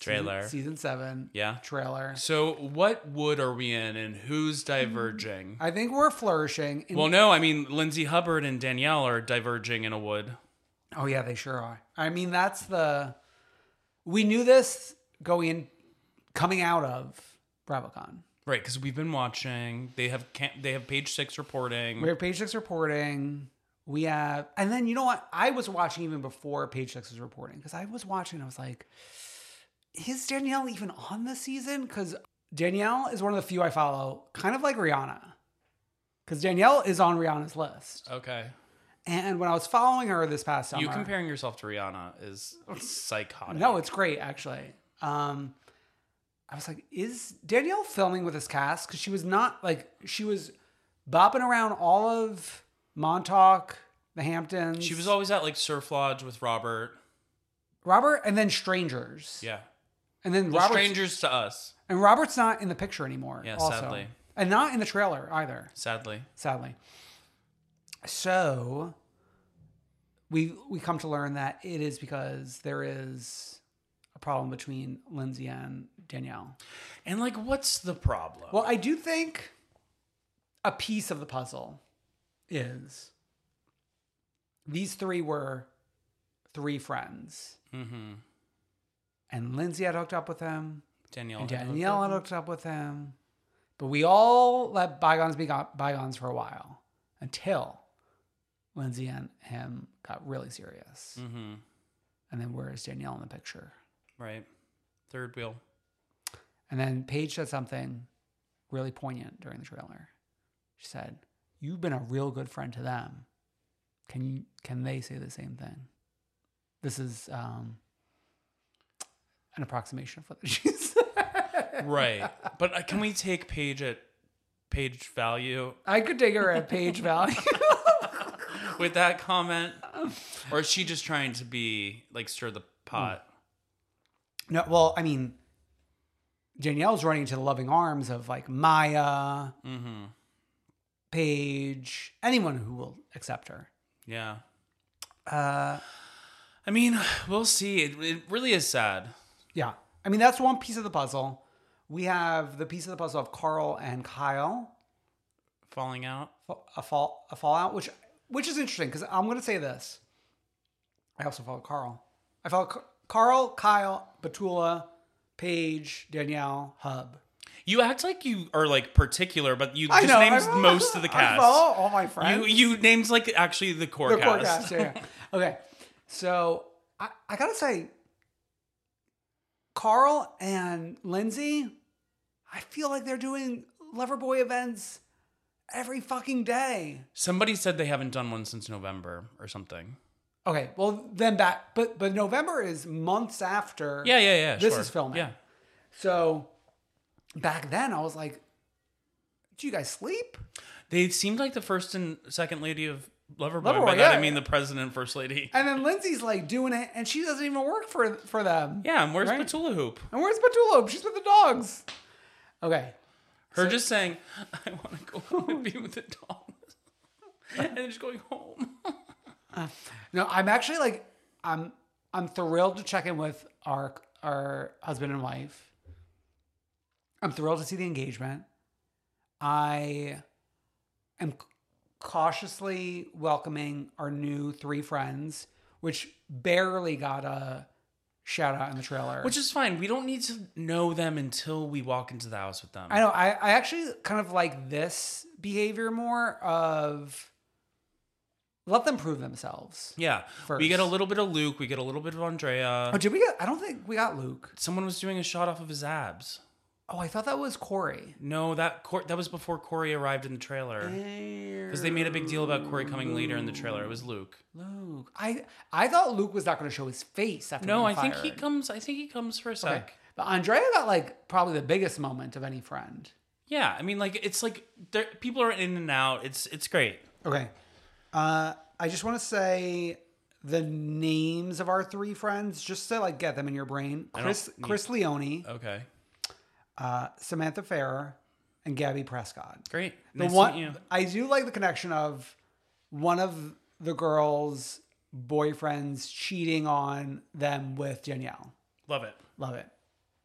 Speaker 3: Trailer.
Speaker 2: season, season seven
Speaker 3: Yeah.
Speaker 2: trailer.
Speaker 3: So, what wood are we in, and who's diverging?
Speaker 2: Hmm. I think we're flourishing. In,
Speaker 3: Well, no, I mean Lindsay Hubbard and Danielle are diverging in a wood.
Speaker 2: Oh yeah, they sure are. I mean, that's the we knew this going in, coming out of BravoCon.
Speaker 3: Right, because we've been watching. They have cam- they have page six reporting.
Speaker 2: We have Page Six reporting. We have, and then you know what? I was watching even before Page Six was reporting because I was watching. and I was like, is Danielle even on this season? Because Danielle is one of the few I follow, kind of like Rihanna, because Danielle is on Rihanna's list.
Speaker 3: okay.
Speaker 2: And when I was following her this past summer,
Speaker 3: You comparing yourself to Rihanna is psychotic.
Speaker 2: No, it's great actually. Um, I was like, is Danielle filming with this cast? Because she was not like she was bopping around all of Montauk, the Hamptons.
Speaker 3: she was always at like Surf Lodge with Robert.
Speaker 2: Robert, and then Strangers.
Speaker 3: Yeah,
Speaker 2: and then
Speaker 3: well,
Speaker 2: Robert.
Speaker 3: strangers to us,
Speaker 2: And Robert's not in the picture anymore.
Speaker 3: Yeah,
Speaker 2: also.
Speaker 3: sadly.
Speaker 2: and not in the trailer either.
Speaker 3: sadly.
Speaker 2: Sadly. So we we come to learn that it is because there is a problem between Lindsay and Danielle.
Speaker 3: And like, what's the problem?
Speaker 2: Well, I do think a piece of the puzzle is these three were three friends.
Speaker 3: mm-hmm.
Speaker 2: And Lindsay had hooked up with him.
Speaker 3: Danielle.
Speaker 2: And Danielle had hooked up with him. But we all let bygones be go- bygones for a while until Lindsay and him got really serious.
Speaker 3: Mm-hmm.
Speaker 2: And then where's Danielle in the picture?
Speaker 3: Right. Third wheel.
Speaker 2: And then Paige said something really poignant during the trailer. She said, "You've been a real good friend to them. Can you, can they say the same thing?" This is um, an approximation of what [laughs] she said. [laughs]
Speaker 3: Right. but uh, can we take page at page value
Speaker 2: I could take her at page value. [laughs]
Speaker 3: with that comment?
Speaker 2: Um,
Speaker 3: Or is she just trying to be like stir the pot?
Speaker 2: Mm. no, well, I mean, Danielle's running into the loving arms of like Maya,
Speaker 3: Mm-hmm.
Speaker 2: Paige, anyone who will accept her.
Speaker 3: Yeah.
Speaker 2: Uh,
Speaker 3: I mean, we'll see. It, it really is sad.
Speaker 2: Yeah. I mean, that's one piece of the puzzle. We have the piece of the puzzle of Carl and Kyle,
Speaker 3: Falling out.
Speaker 2: a, fall, a fallout, which which is interesting because I'm going to say this. I also follow Carl. I follow Ca- Carl, Kyle, Batula, Paige, Danielle, Hub.
Speaker 3: You act like you are like particular, but you
Speaker 2: I
Speaker 3: just
Speaker 2: know,
Speaker 3: named
Speaker 2: [laughs] I-
Speaker 3: most of the
Speaker 2: I follow
Speaker 3: cast.
Speaker 2: all my friends.
Speaker 3: You you named like actually the core,
Speaker 2: the
Speaker 3: cast.
Speaker 2: core cast. Yeah, yeah.
Speaker 3: [laughs]
Speaker 2: Okay. So I, I gotta say, Carl and Lindsay, I feel like they're doing Loverboy events every fucking day.
Speaker 3: Somebody said they haven't done one since November or something.
Speaker 2: Okay, well then back, but but November is months after.
Speaker 3: Yeah, yeah, yeah.
Speaker 2: This
Speaker 3: sure.
Speaker 2: is filming.
Speaker 3: Yeah.
Speaker 2: So back then I was like, "Do you guys sleep?"
Speaker 3: They seemed like the first and second lady of Loverboy.
Speaker 2: Loverboy,
Speaker 3: By that
Speaker 2: yeah.
Speaker 3: I mean the president and first lady.
Speaker 2: And then Lindsay's like doing it, and she doesn't even work for for them.
Speaker 3: Yeah, and where's
Speaker 2: Right.
Speaker 3: Petula Hoop?
Speaker 2: And where's Petulo? She's with the dogs. Okay,
Speaker 3: Her just saying, I want to go home and be with the dog. and then just going home.
Speaker 2: No, I'm actually like I'm I'm thrilled to check in with our our husband and wife. I'm thrilled to see the engagement. I am cautiously welcoming our new three friends, which barely got a shout out in the trailer.
Speaker 3: Which is fine. We don't need to know them until we walk into the house with them.
Speaker 2: I know I, I actually kind of like this behavior more of let them prove themselves.
Speaker 3: Yeah.
Speaker 2: First.
Speaker 3: We get a little bit of Luke. We get a little bit of Andrea.
Speaker 2: Oh, did we get I don't think we got Luke.
Speaker 3: Someone was doing a shot off of his abs.
Speaker 2: Oh, I thought that was Corey.
Speaker 3: No, that Cor- that was before Corey arrived in the trailer. Because they made a big deal about Corey coming later in the trailer. It was Luke.
Speaker 2: Luke. I I thought Luke was not going to show his face after.
Speaker 3: No, I
Speaker 2: being
Speaker 3: think he
Speaker 2: fired.
Speaker 3: comes. I think he comes for a sec.
Speaker 2: Okay. But Andrea got like probably the biggest moment of any friend.
Speaker 3: Yeah, I mean, like it's like there, people are in and out. It's it's great.
Speaker 2: Okay. Uh, I just want to say the names of our three friends, just to like get them in your brain.
Speaker 3: don't
Speaker 2: Chris
Speaker 3: need-
Speaker 2: Chris Leone,
Speaker 3: Okay,
Speaker 2: uh, Samantha Farrer, and Gabby Prescott.
Speaker 3: great.
Speaker 2: The
Speaker 3: Nice to
Speaker 2: one
Speaker 3: meet you.
Speaker 2: I do like the connection of one of the girls' boyfriends cheating on them with Danielle.
Speaker 3: Love it.
Speaker 2: Love it.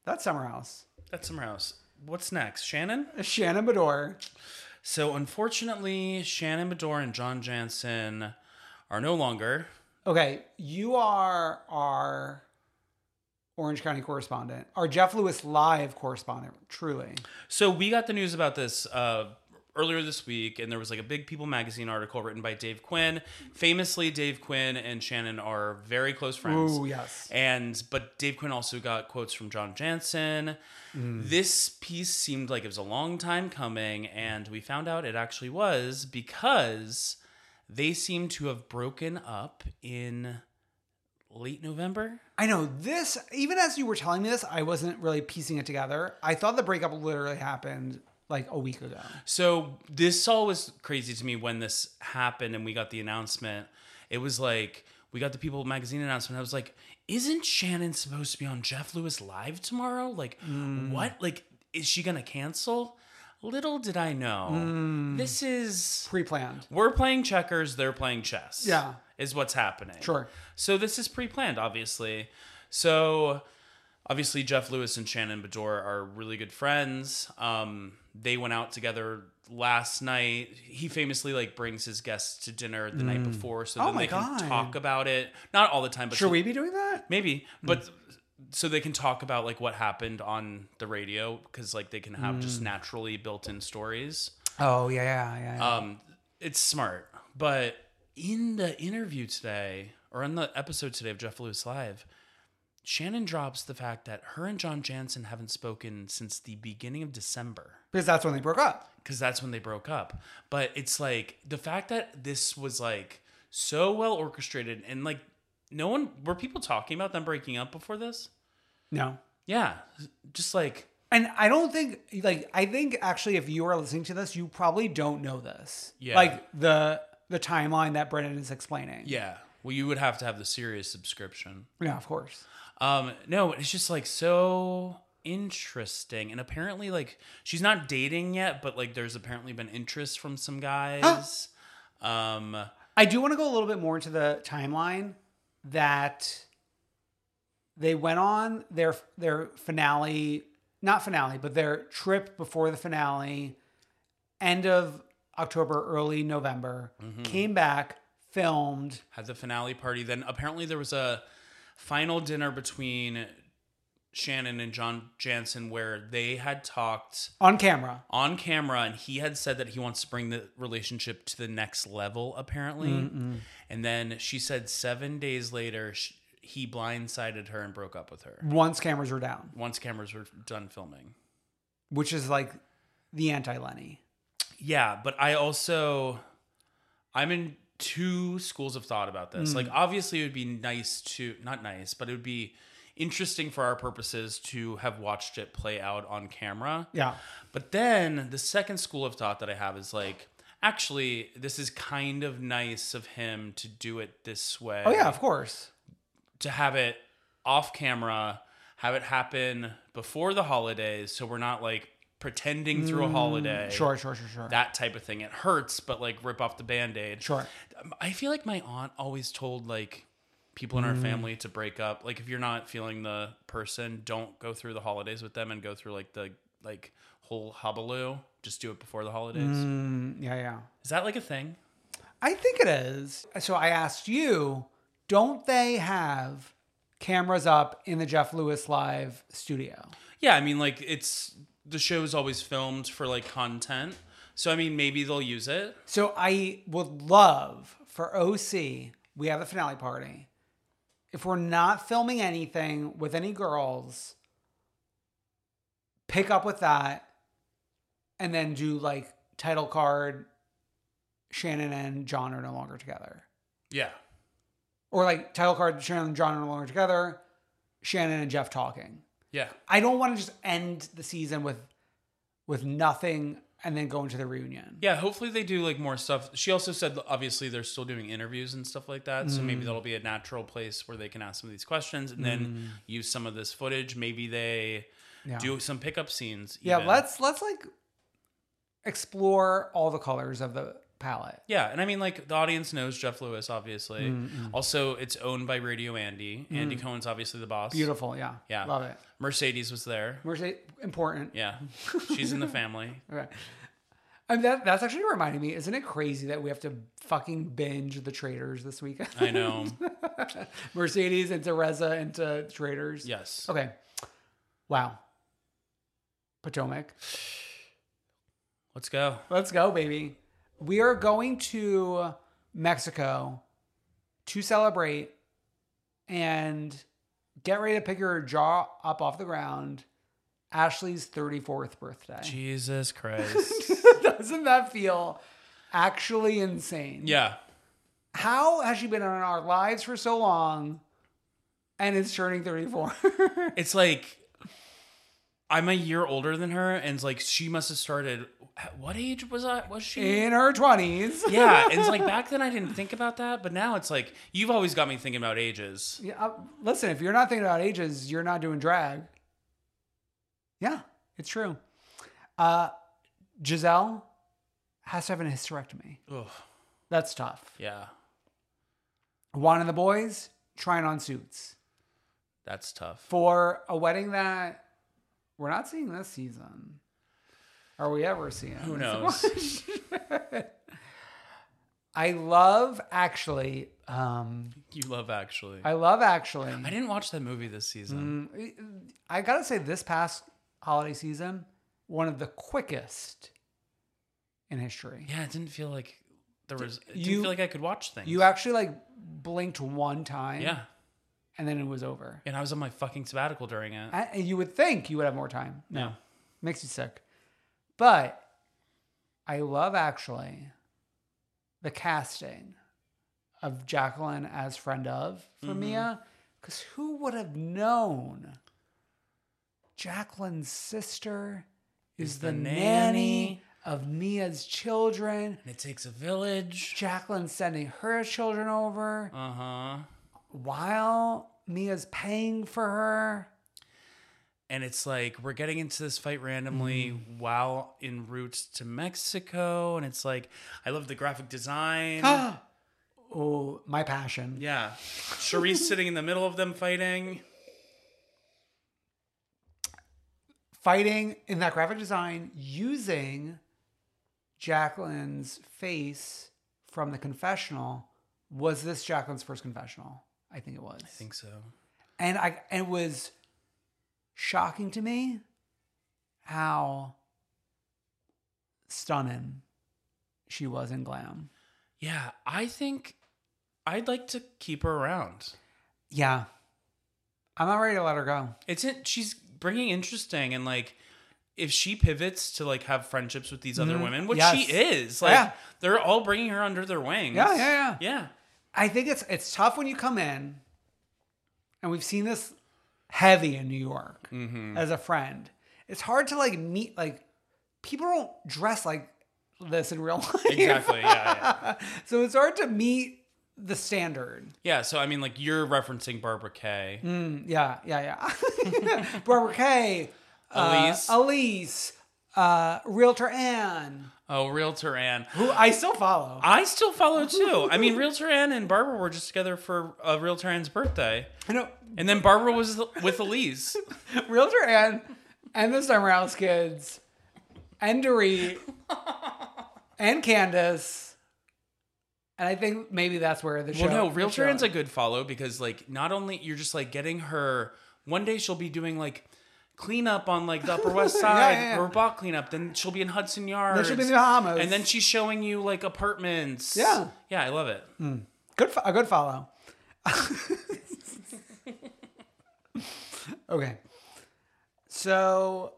Speaker 2: That's Summer House.
Speaker 3: That's Summer House. What's next, Shannon?
Speaker 2: Shannon Bador.
Speaker 3: So unfortunately, Shannon Bedore and John Jansen are no longer.
Speaker 2: Okay, you are our Orange County correspondent, our Jeff Lewis live correspondent, truly.
Speaker 3: So we got the news about this uh, earlier this week, and there was like a big People magazine article written by Dave Quinn. Famously, Dave Quinn and Shannon are very close friends.
Speaker 2: Ooh, yes.
Speaker 3: And but Dave Quinn also got quotes from John Jansen. This piece seemed like it was a long time coming, and we found out it actually was because they seem to have broken up in late November.
Speaker 2: I know this, even as you were telling me this, I wasn't really piecing it together. I thought the breakup literally happened like a week ago.
Speaker 3: So this all was crazy to me when this happened and we got the announcement. It was like we got the People magazine announcement. I was like, isn't Shannon supposed to be on Jeff Lewis Live tomorrow? Like, what? Like, is she gonna cancel? Little did I know, this is
Speaker 2: pre-planned.
Speaker 3: we're playing checkers, they're playing chess.
Speaker 2: Yeah.
Speaker 3: Is what's happening.
Speaker 2: Sure.
Speaker 3: So this is pre planned, obviously. So obviously, Jeff Lewis and Shannon Bedore are really good friends. Um, they went out together last night. He famously like brings his guests to dinner the night before so then
Speaker 2: Mm. Oh my
Speaker 3: they
Speaker 2: God.
Speaker 3: can talk about it. Not all the time, but
Speaker 2: Should
Speaker 3: so-
Speaker 2: we Hmm. be doing that?
Speaker 3: maybe. But so they can talk about like what happened on the radio because like they can have just
Speaker 2: Hmm.
Speaker 3: naturally built in stories.
Speaker 2: Oh yeah, yeah, yeah. yeah.
Speaker 3: Um, it's smart, but in the interview today, or in the episode today of Jeff Lewis Live, Shannon drops the fact that her and John Jansen haven't spoken since the beginning of December
Speaker 2: because that's when they broke up.
Speaker 3: because that's when they broke up. But it's like the fact that this was like so well orchestrated and like no one were people talking about them breaking up before this?
Speaker 2: No.
Speaker 3: Yeah, just like
Speaker 2: And I don't think like I think actually if you are listening to this, you probably don't know this.
Speaker 3: Yeah.
Speaker 2: Like the the timeline that Brennan is explaining.
Speaker 3: yeah. Well, you would have to have the serious subscription.
Speaker 2: Yeah, of course.
Speaker 3: Um, no, it's just like so interesting. And apparently, like she's not dating yet, but like there's apparently been interest from some guys. um,
Speaker 2: I do want to go a little bit more into the timeline that they went on their their finale, not finale, but their trip before the finale, end of October, early November,
Speaker 3: Mm-hmm.
Speaker 2: came back, filmed.
Speaker 3: had the finale party. Then apparently there was a final dinner between Shannon and John Jansen where they had talked
Speaker 2: On camera.
Speaker 3: on camera and he had said that he wants to bring the relationship to the next level apparently and then she said seven days later sh he blindsided her and broke up with her
Speaker 2: Once cameras were down.
Speaker 3: once cameras were done filming.
Speaker 2: which is like the anti Lenny.
Speaker 3: Yeah, but I also I'm in two schools of thought about
Speaker 2: Hmm.
Speaker 3: this. Like obviously it would be nice to not nice, but it would be interesting for our purposes to have watched it play out on camera.
Speaker 2: Yeah.
Speaker 3: But then the second school of thought that I have is like actually this is kind of nice of him to do it this way.
Speaker 2: Oh yeah, of course.
Speaker 3: to have it off camera, have it happen before the holidays, so we're not like pretending through a holiday.
Speaker 2: Mm, Sure, sure, sure, sure.
Speaker 3: That type of thing. It hurts, but like rip off the band aid.
Speaker 2: sure.
Speaker 3: I feel like my aunt always told like people in our
Speaker 2: Mm.
Speaker 3: family to break up. Like if you're not feeling the person, don't go through the holidays with them and go through like the like whole hubaloo. Just do it before the holidays.
Speaker 2: Mm, yeah, yeah.
Speaker 3: Is that like a thing?
Speaker 2: I think it is. So I asked you, don't they have cameras up in the Jeff Lewis live studio?
Speaker 3: Yeah, I mean, like it's the show is always filmed for like content, so I mean, maybe they'll use it.
Speaker 2: So I would love for OC, we have a finale party. If we're not filming anything with any girls, pick up with that and then do like title card Shannon and John are no longer together.
Speaker 3: Yeah,
Speaker 2: Or like title card Shannon and John are no longer together, Shannon and Jeff talking.
Speaker 3: yeah,
Speaker 2: I don't want to just end the season with with nothing and then go into the reunion.
Speaker 3: yeah. Hopefully, they do like more stuff. She also said, obviously, they're still doing interviews and stuff like that, so
Speaker 2: Mm.
Speaker 3: maybe that'll be a natural place where they can ask some of these questions and then use some of this footage. Maybe they
Speaker 2: Mm. Yeah.
Speaker 3: do some pickup scenes.
Speaker 2: Yeah,
Speaker 3: even.
Speaker 2: let's let's like explore all the colors of the palette.
Speaker 3: Yeah, and I mean, like the audience knows Jeff Lewis, obviously. Also, it's owned by Radio Andy. Andy Cohen's obviously the boss.
Speaker 2: Mm. Beautiful, yeah.
Speaker 3: Yeah.
Speaker 2: Love it.
Speaker 3: Mercedes was there.
Speaker 2: Mercedes important.
Speaker 3: Yeah, she's in
Speaker 2: [laughs]
Speaker 3: the family.
Speaker 2: Okay. I mean, that that's actually reminding me, isn't it crazy that we have to fucking binge the traders this weekend?
Speaker 3: I know.
Speaker 2: [laughs] Mercedes into Reza into traders.
Speaker 3: Yes.
Speaker 2: Okay. Wow. Potomac.
Speaker 3: Let's go.
Speaker 2: Let's go, baby. We are going to Mexico to celebrate and get ready to pick your jaw up off the ground. Ashley's 34th birthday.
Speaker 3: Jesus Christ.
Speaker 2: [laughs] Doesn't that feel actually insane?
Speaker 3: yeah.
Speaker 2: How has she been in our lives for so long and is
Speaker 3: [laughs]
Speaker 2: turning 34?
Speaker 3: It's like I'm a year older than her and it's like she must have started at what age was I was she?
Speaker 2: [laughs] in her 20s.
Speaker 3: yeah, and it's
Speaker 2: [laughs]
Speaker 3: like back then I didn't think about that, but now it's like you've always got me thinking about ages.
Speaker 2: Yeah, uh, listen, if you're not thinking about ages, you're not doing drag. Yeah, it's true. Uh, Giselle has to have an hysterectomy.
Speaker 3: Ugh.
Speaker 2: That's tough.
Speaker 3: Yeah,
Speaker 2: Juan and the boys trying on suits
Speaker 3: that's tough.
Speaker 2: for a wedding that we're not seeing this season. Are we ever seeing?
Speaker 3: Who
Speaker 2: [laughs] this
Speaker 3: knows?
Speaker 2: one? I love actually. Um,
Speaker 3: you love actually. I,
Speaker 2: I love actually.
Speaker 3: didn't watch that movie this season.
Speaker 2: Mm, I gotta say, this past holiday season, one of the quickest in history.
Speaker 3: Yeah, it didn't feel like there was. It didn't
Speaker 2: you-
Speaker 3: feel like I could watch things.
Speaker 2: You actually like blinked one time,
Speaker 3: yeah,
Speaker 2: and then it was over.
Speaker 3: and I was on my fucking sabbatical during it.
Speaker 2: I, you would think you would have more time.
Speaker 3: no,
Speaker 2: Makes you sick. But I love actually the casting of Jacqueline as friend of for Mia, because who would have known Jacqueline's sister is, the,
Speaker 3: the
Speaker 2: nanny
Speaker 3: nanny.
Speaker 2: of Mia's children?
Speaker 3: and it takes a village.
Speaker 2: Jacqueline sending her children over
Speaker 3: Uh huh.
Speaker 2: while Mia's paying for her. [gasps]
Speaker 3: And it's like we're getting into this fight randomly
Speaker 2: Mm-hmm.
Speaker 3: while en route to Mexico, and it's like I love the graphic design.
Speaker 2: [gasps] oh, my passion.
Speaker 3: Yeah. Charisse sitting in the middle of them fighting.
Speaker 2: fighting in that graphic design using Jacqueline's face from the confessional. Was this Jacqueline's first confessional? I think it was.
Speaker 3: I think so.
Speaker 2: And I and it was shocking to me how stunning she was in glam.
Speaker 3: Yeah, I think I'd like to keep her around.
Speaker 2: Yeah. I'm not ready to let her go.
Speaker 3: It's in, she's bringing interesting and like if she pivots to like have friendships with these other women, which
Speaker 2: Mm-hmm. Yes.
Speaker 3: she is, like
Speaker 2: Yeah.
Speaker 3: they're all bringing her under their wings.
Speaker 2: Yeah, yeah, yeah.
Speaker 3: Yeah.
Speaker 2: I think it's it's tough when you come in, and we've seen this heavy in New York as a friend. It's hard to like meet like people don't dress like this in real [laughs] life.
Speaker 3: Exactly. yeah, yeah.
Speaker 2: so it's hard to meet the standard.
Speaker 3: Yeah, so I mean like you're referencing Barbara Kay.
Speaker 2: Mm, yeah, yeah, yeah. [laughs] Barbara Kay, uh,
Speaker 3: Elise.
Speaker 2: Elise, uh, Realtor Ann,
Speaker 3: Oh, Realtor Ann.
Speaker 2: who I still follow.
Speaker 3: I still follow too. I mean, Realtor Ann and Barbara were just together for uh, Realtor Ann's birthday.
Speaker 2: I know
Speaker 3: And then Barbara was with
Speaker 2: [laughs]
Speaker 3: Elise.
Speaker 2: Realtor Ann and the Summer House Kids and Dorit and Candace. And I think maybe that's where the show.
Speaker 3: Well, no, Realtor Ann's
Speaker 2: ends
Speaker 3: a good follow because like not only you're just like getting her. One day she'll be doing like cleanup on like
Speaker 2: [laughs]
Speaker 3: the Upper West
Speaker 2: Yeah,
Speaker 3: Side
Speaker 2: yeah, yeah.
Speaker 3: or Bach cleanup. Then she'll be in Hudson Yards.
Speaker 2: Then she'll be in the Bahamas.
Speaker 3: and then she's showing you like apartments.
Speaker 2: Yeah.
Speaker 3: yeah, I love it.
Speaker 2: good fo- a good follow. [laughs] okay, so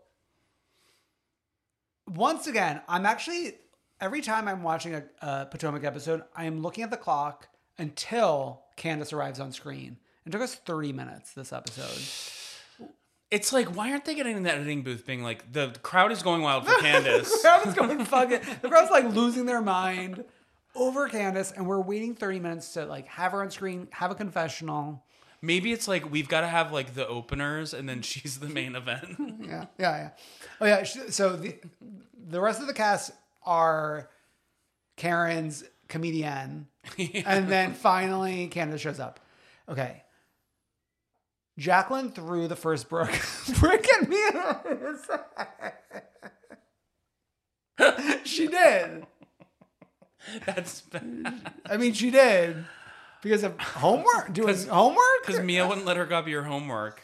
Speaker 2: once again, I'm actually every time I'm watching a, a Potomac episode, I am looking at the clock until Candace arrives on screen. It took us 30 minutes this episode. [laughs]
Speaker 3: It's like why aren't they getting in the editing booth being like the crowd is going wild
Speaker 2: [laughs]
Speaker 3: for Candace?
Speaker 2: crowd's going fucking. The crowd's like losing their mind over Candace, and we're waiting 30 minutes to like have her on screen, have a confessional.
Speaker 3: Maybe it's like we've got to have like the openers and then she's the main event. [laughs]
Speaker 2: Yeah, yeah, yeah. Oh yeah. sh- So the the rest of the cast are Karen's
Speaker 3: [laughs]
Speaker 2: comedian, and then finally Candace shows up. Okay. Jacqueline threw the first brick, [laughs] brick at me. she did.
Speaker 3: That's because
Speaker 2: I mean, she did because of homework. Doing homework.
Speaker 3: Mia wouldn't let her copy your homework.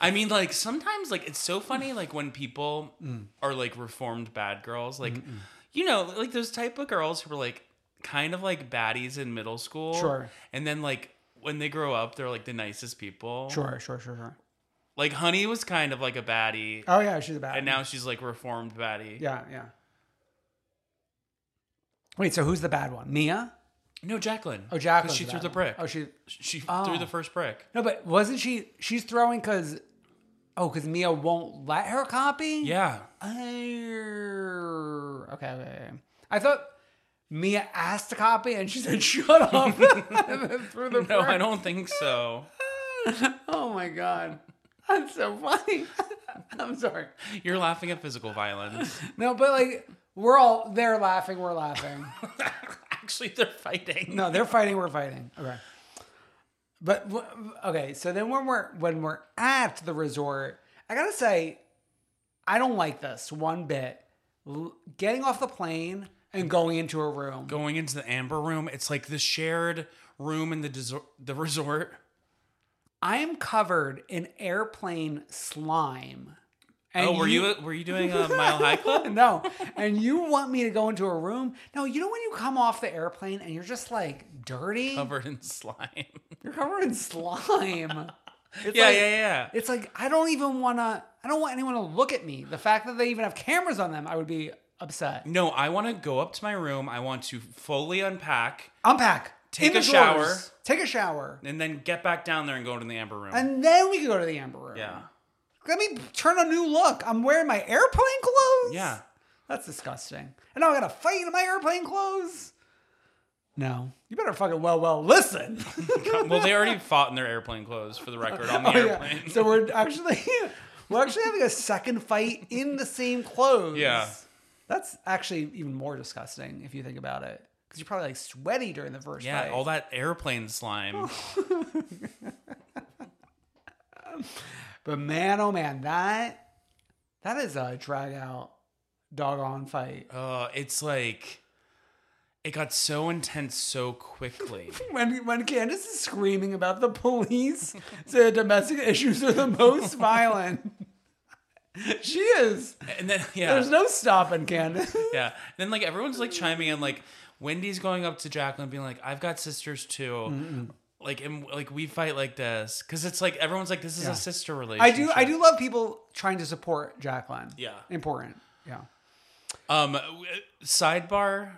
Speaker 3: I mean, like sometimes, like it's so funny, like when people
Speaker 2: Mm.
Speaker 3: are like reformed bad girls, like you know, like those type of girls who were like kind of like baddies in middle school,
Speaker 2: Sure.
Speaker 3: and then like when they grow up, they're like the nicest people.
Speaker 2: Sure, sure, sure, sure.
Speaker 3: Like Honey was kind of like a baddie,
Speaker 2: Oh yeah, she's a bad.
Speaker 3: and now she's like reformed baddie.
Speaker 2: yeah, yeah. Wait, so who's the bad one? Mia?
Speaker 3: No, Jacqueline.
Speaker 2: Oh, Jacqueline.
Speaker 3: She threw the brick.
Speaker 2: Oh, she.
Speaker 3: she
Speaker 2: Oh.
Speaker 3: threw the first brick.
Speaker 2: No, but wasn't she? She's throwing because. Oh, because Mia won't let her copy.
Speaker 3: Yeah.
Speaker 2: Oh. Err. Okay, okay, okay. I thought Mia asked to copy, and she said, [laughs] "Shut [laughs] up." and then threw the
Speaker 3: [laughs] No,
Speaker 2: brick.
Speaker 3: I don't think so.
Speaker 2: oh my god. That's so funny. [laughs] I'm sorry.
Speaker 3: You're laughing at physical violence.
Speaker 2: No, but like we're all they're laughing, we're laughing.
Speaker 3: Actually, they're fighting.
Speaker 2: No, they're fighting, we're fighting. Okay. But w- okay, so then when we're when we're at the resort, I got to say I don't like this one bit. L- Getting off the plane and going into a room.
Speaker 3: Going into the amber room, it's like the shared room in the desor- the resort.
Speaker 2: I am covered in airplane slime. And
Speaker 3: oh, were you, were you doing a mile high
Speaker 2: [laughs]
Speaker 3: club?
Speaker 2: no. And you want me to go into a room? No, you know when you come off the airplane and you're just like dirty?
Speaker 3: Covered in slime.
Speaker 2: You're covered
Speaker 3: [laughs]
Speaker 2: in slime. It's
Speaker 3: yeah,
Speaker 2: like,
Speaker 3: yeah, yeah.
Speaker 2: It's like I don't even wanna I don't want anyone to look at me. The fact that they even have cameras on them, I would be upset.
Speaker 3: No, I want to go up to my room. I want to fully unpack
Speaker 2: Unpack.
Speaker 3: Take
Speaker 2: In the
Speaker 3: a shower.
Speaker 2: drawers. Take a shower.
Speaker 3: and then get back down there and go into the amber room.
Speaker 2: And then we can go to the amber room.
Speaker 3: yeah.
Speaker 2: Let me turn a new look. I'm wearing my airplane clothes.
Speaker 3: Yeah.
Speaker 2: That's disgusting. And now I gotta fight in my airplane clothes. No. You better fucking well, well, listen. [laughs]
Speaker 3: Well, they already fought in their airplane clothes for the record on the
Speaker 2: Oh, yeah.
Speaker 3: airplane.
Speaker 2: So we're actually [laughs] we're actually having a second fight in the same clothes.
Speaker 3: Yeah.
Speaker 2: That's actually even more disgusting if you think about it. Because you're probably like sweaty during the first
Speaker 3: Yeah,
Speaker 2: fight.
Speaker 3: all that airplane
Speaker 2: [laughs]
Speaker 3: slime.
Speaker 2: But man, oh man, that that is a drag out doggone fight.
Speaker 3: Uh, it's like it got so intense so
Speaker 2: [laughs]
Speaker 3: quickly.
Speaker 2: When when Candace is screaming about
Speaker 3: [laughs]
Speaker 2: the police, the domestic issues are the most violent. she is.
Speaker 3: And then [laughs] yeah,
Speaker 2: There's no stopping Candace.
Speaker 3: yeah. And then like everyone's like chiming in, like Wendy's going up to Jacqueline, being like, "I've got sisters too." Like and like we fight like this because it's like everyone's like, "This is
Speaker 2: Yeah.
Speaker 3: a sister
Speaker 2: I
Speaker 3: relationship."
Speaker 2: do I do love people trying to support Jacqueline.
Speaker 3: Yeah.
Speaker 2: Important. Yeah.
Speaker 3: Um, w- sidebar,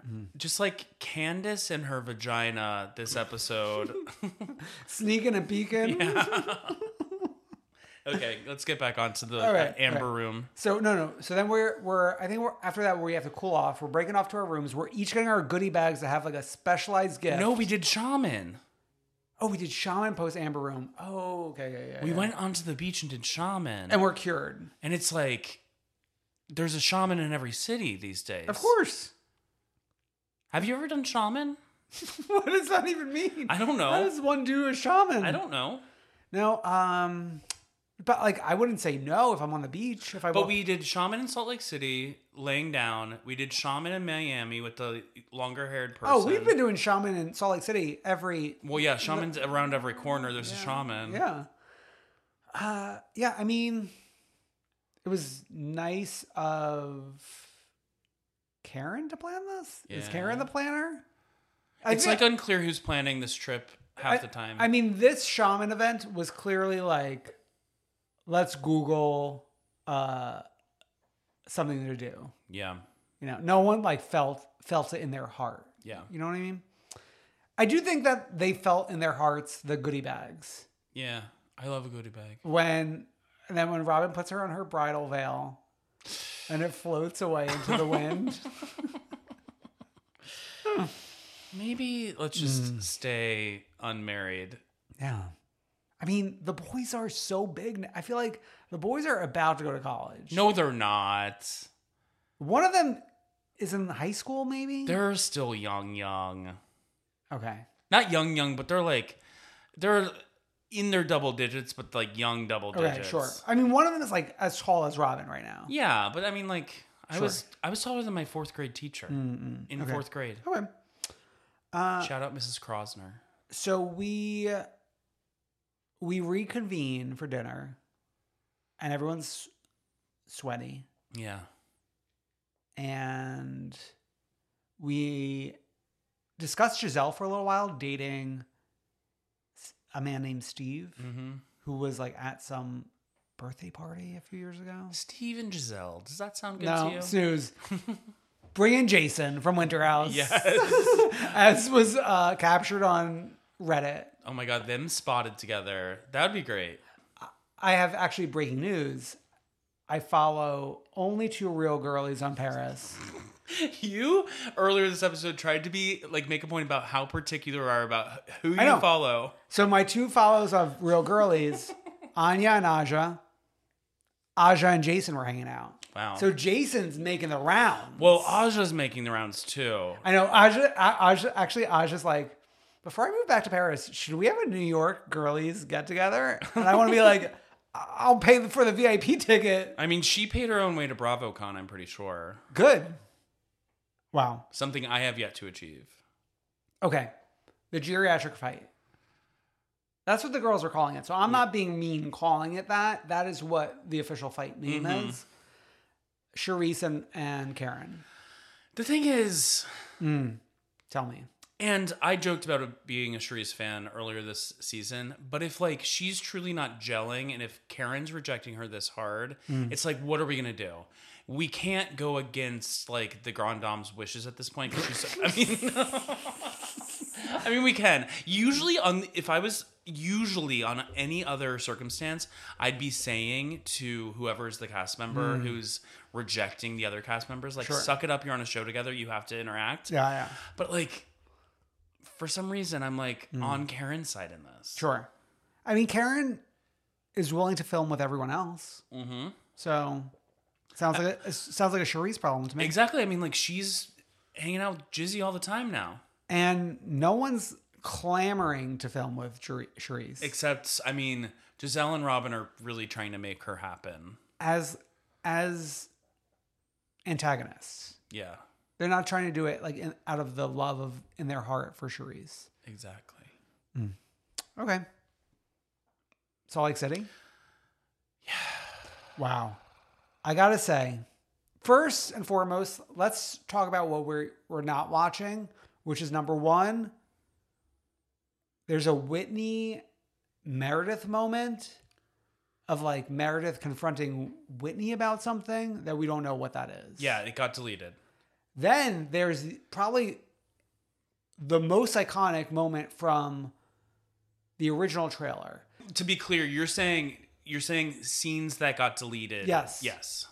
Speaker 2: Mm-hmm.
Speaker 3: just like Candace and her vagina this
Speaker 2: [laughs]
Speaker 3: episode. [laughs]
Speaker 2: Sneaking and peeking.
Speaker 3: okay, let's get back onto the
Speaker 2: All right,
Speaker 3: uh, amber room.
Speaker 2: [laughs] So no no. So then we're we're I think we're after that we have to cool off. We're breaking off to our rooms. We're each getting our goodie bags that have like a specialized gift.
Speaker 3: No, we did shaman.
Speaker 2: Oh, we did shaman post amber room. Oh, okay, yeah, yeah.
Speaker 3: We
Speaker 2: yeah.
Speaker 3: went onto the beach and did shaman.
Speaker 2: and we're cured.
Speaker 3: And it's like there's a shaman in every city these days.
Speaker 2: Of course. [laughs]
Speaker 3: Have you ever done shaman?
Speaker 2: what does that even mean?
Speaker 3: I don't know.
Speaker 2: How does one do a shaman?
Speaker 3: I don't know.
Speaker 2: No, um but like I wouldn't say no if I'm on the beach. If I
Speaker 3: But
Speaker 2: wa-
Speaker 3: we did shaman in Salt Lake City, laying down. We did shaman in Miami with the longer haired person.
Speaker 2: Oh, we've been doing shaman in Salt Lake City every
Speaker 3: Well, yeah, shaman's around every corner. There's a shaman.
Speaker 2: Yeah. Uh, yeah, I mean, it was nice of Karen to plan this. Is
Speaker 3: Yeah.
Speaker 2: Karen the planner? I
Speaker 3: It's
Speaker 2: think-
Speaker 3: like unclear who's planning this trip half
Speaker 2: I-
Speaker 3: the time.
Speaker 2: I mean, this shaman event was clearly like, let's Google uh, something to do.
Speaker 3: yeah.
Speaker 2: You know, no one like felt felt it in their heart.
Speaker 3: Yeah.
Speaker 2: You know what I mean? I do think that they felt in their hearts the goodie bags.
Speaker 3: Yeah. I love a goodie bag.
Speaker 2: when and then when Robin puts her on her bridal veil and it floats away into the
Speaker 3: [laughs]
Speaker 2: wind.
Speaker 3: Maybe let's just
Speaker 2: Hmm.
Speaker 3: stay unmarried.
Speaker 2: yeah. I mean, the boys are so big. now. I feel like the boys are about to go to college.
Speaker 3: No, they're not.
Speaker 2: One of them is in high school, maybe?
Speaker 3: They're still young, young.
Speaker 2: okay.
Speaker 3: Not young, young, but they're like, they're in their double digits, but like young double
Speaker 2: Okay,
Speaker 3: digits.
Speaker 2: sure. I mean, one of them is like as tall as Robin right now.
Speaker 3: Yeah, but I mean, like, I
Speaker 2: Sure. Mm,
Speaker 3: was I was taller than my fourth grade teacher in
Speaker 2: okay.
Speaker 3: fourth grade.
Speaker 2: Okay. Uh,
Speaker 3: Shout out Mrs. Crosner.
Speaker 2: so we we reconvene for dinner and everyone's sweaty.
Speaker 3: Yeah.
Speaker 2: and we discussed Giselle for a little while, dating s- a man named Steve,
Speaker 3: Mm-hmm.
Speaker 2: who was like at some birthday party a few years ago.
Speaker 3: Steve and Giselle. Does that sound good to
Speaker 2: No,
Speaker 3: you? [laughs]
Speaker 2: [laughs] snooze. Bring in Jason from Winterhouse.
Speaker 3: Yes.
Speaker 2: [laughs] as was uh, captured on Reddit.
Speaker 3: Oh my God, them spotted together. That would be great. [laughs]
Speaker 2: I have actually breaking news. I follow only two real girlies on Paris.
Speaker 3: You earlier this episode tried to be like make a point about how particular you are about who you
Speaker 2: know.
Speaker 3: follow.
Speaker 2: So my two follows of real girlies Anya and Aja, Aja and Jason were hanging out.
Speaker 3: Wow.
Speaker 2: So Jason's making the round.
Speaker 3: well, Aja's making the rounds too.
Speaker 2: I know Aja, A- Aja. Actually, Aja's like, before I move back to Paris, should we have a New York girlies get together? And I want to be like, "I- I'll pay for the VIP ticket.
Speaker 3: I mean, she paid her own way to BravoCon, I'm pretty sure.
Speaker 2: Good. Wow.
Speaker 3: Something I have yet to achieve.
Speaker 2: Okay. The geriatric fight. That's what the girls are calling it. So I'm not being mean calling it that. That is what the official fight name is. Charisse and, and Karen.
Speaker 3: The thing is,
Speaker 2: Tell me.
Speaker 3: and I joked about it being a Sharice fan earlier this season, but if like she's truly not gelling and if Karen's rejecting her this hard, it's like, what are we gonna do? We can't go against like the Grand Dame's wishes at this point because she's. [laughs] I mean, I mean, we can. Usually, on if I was usually on any other circumstance, I'd be saying to whoever's the cast member who's rejecting the other cast members, like, suck it up. You're on a show together. You have to interact.
Speaker 2: Yeah, yeah.
Speaker 3: But like, for some reason, I'm like on Karen's side in this.
Speaker 2: Sure. I mean, Karen is willing to film with everyone else. Mm-hmm. So sounds like a, sounds like a Charisse problem to me.
Speaker 3: Exactly. I mean, like she's hanging out with Jizzy all the time now.
Speaker 2: And no one's clamoring to film with Chari- Charisse.
Speaker 3: Except, I mean, Giselle and Robin are really trying to make her happen.
Speaker 2: as as antagonists.
Speaker 3: Yeah,
Speaker 2: They're not trying to do it like in, out of the love of in their heart for Charisse.
Speaker 3: exactly.
Speaker 2: Okay. Salt Lake City. Yeah. Wow. I gotta say, first and foremost, let's talk about what we're we're not watching, which is number one. There's a Whitney Meredith moment of like Meredith confronting Whitney about something that we don't know what that is.
Speaker 3: Yeah, it got deleted.
Speaker 2: Then there's probably the most iconic moment from the original trailer.
Speaker 3: To be clear, you're saying you're saying scenes that got deleted.
Speaker 2: Yes.
Speaker 3: Yes.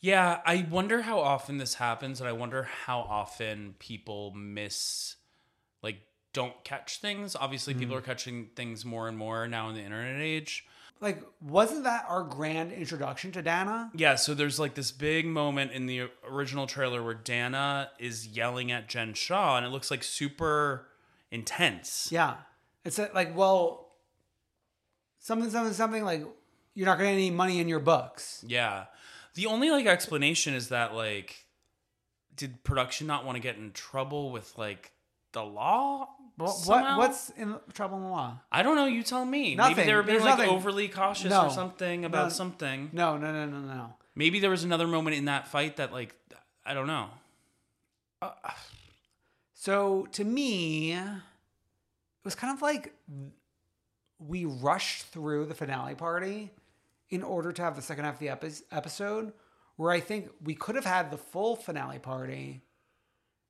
Speaker 3: Yeah, I wonder how often this happens, and I wonder how often people miss, like, don't catch things. Obviously, people are catching things more and more now in the internet age.
Speaker 2: Like, wasn't that our grand introduction to Dana?
Speaker 3: Yeah, so there's like this big moment in the original trailer where Dana is yelling at Jen Shaw, and it looks like super intense.
Speaker 2: Yeah. It's a- like, well, something, something, something like, you're not going to get any money in your books.
Speaker 3: Yeah. The only like explanation is that like did production not want to get in trouble with like the law?
Speaker 2: What,
Speaker 3: somehow?
Speaker 2: what, what's in trouble in the law?
Speaker 3: I don't know, you tell me. Maybe
Speaker 2: Nothing.
Speaker 3: they were being
Speaker 2: There's
Speaker 3: like
Speaker 2: nothing.
Speaker 3: overly cautious
Speaker 2: No.
Speaker 3: or something about
Speaker 2: No.
Speaker 3: something.
Speaker 2: No, no, no, no, no.
Speaker 3: Maybe there was another moment in that fight that like I don't know.
Speaker 2: So to me, it was kind of like we rushed through the finale party in order to have the second half of the epi- episode, where I think we could have had the full finale party,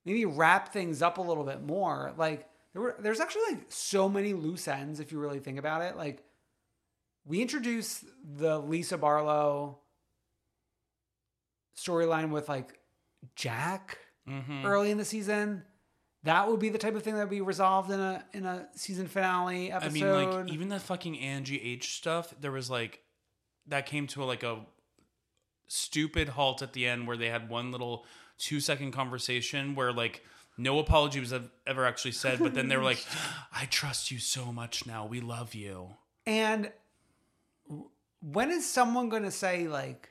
Speaker 2: maybe wrap things up a little bit more. Like there were, there's actually like so many loose ends if you really think about it. Like we introduced the Lisa Barlow storyline with like Jack
Speaker 3: Mhm.
Speaker 2: early in the season. That would be the type of thing that would be resolved in a in a season finale
Speaker 3: I
Speaker 2: episode.
Speaker 3: mean like even the fucking Angie H stuff, there was like that came to like a stupid halt at the end where they had one little two second conversation where like no apology was ev- ever actually said, but then they were
Speaker 2: [laughs]
Speaker 3: like, I trust you so much now. We love you.
Speaker 2: and w- when is someone going to say like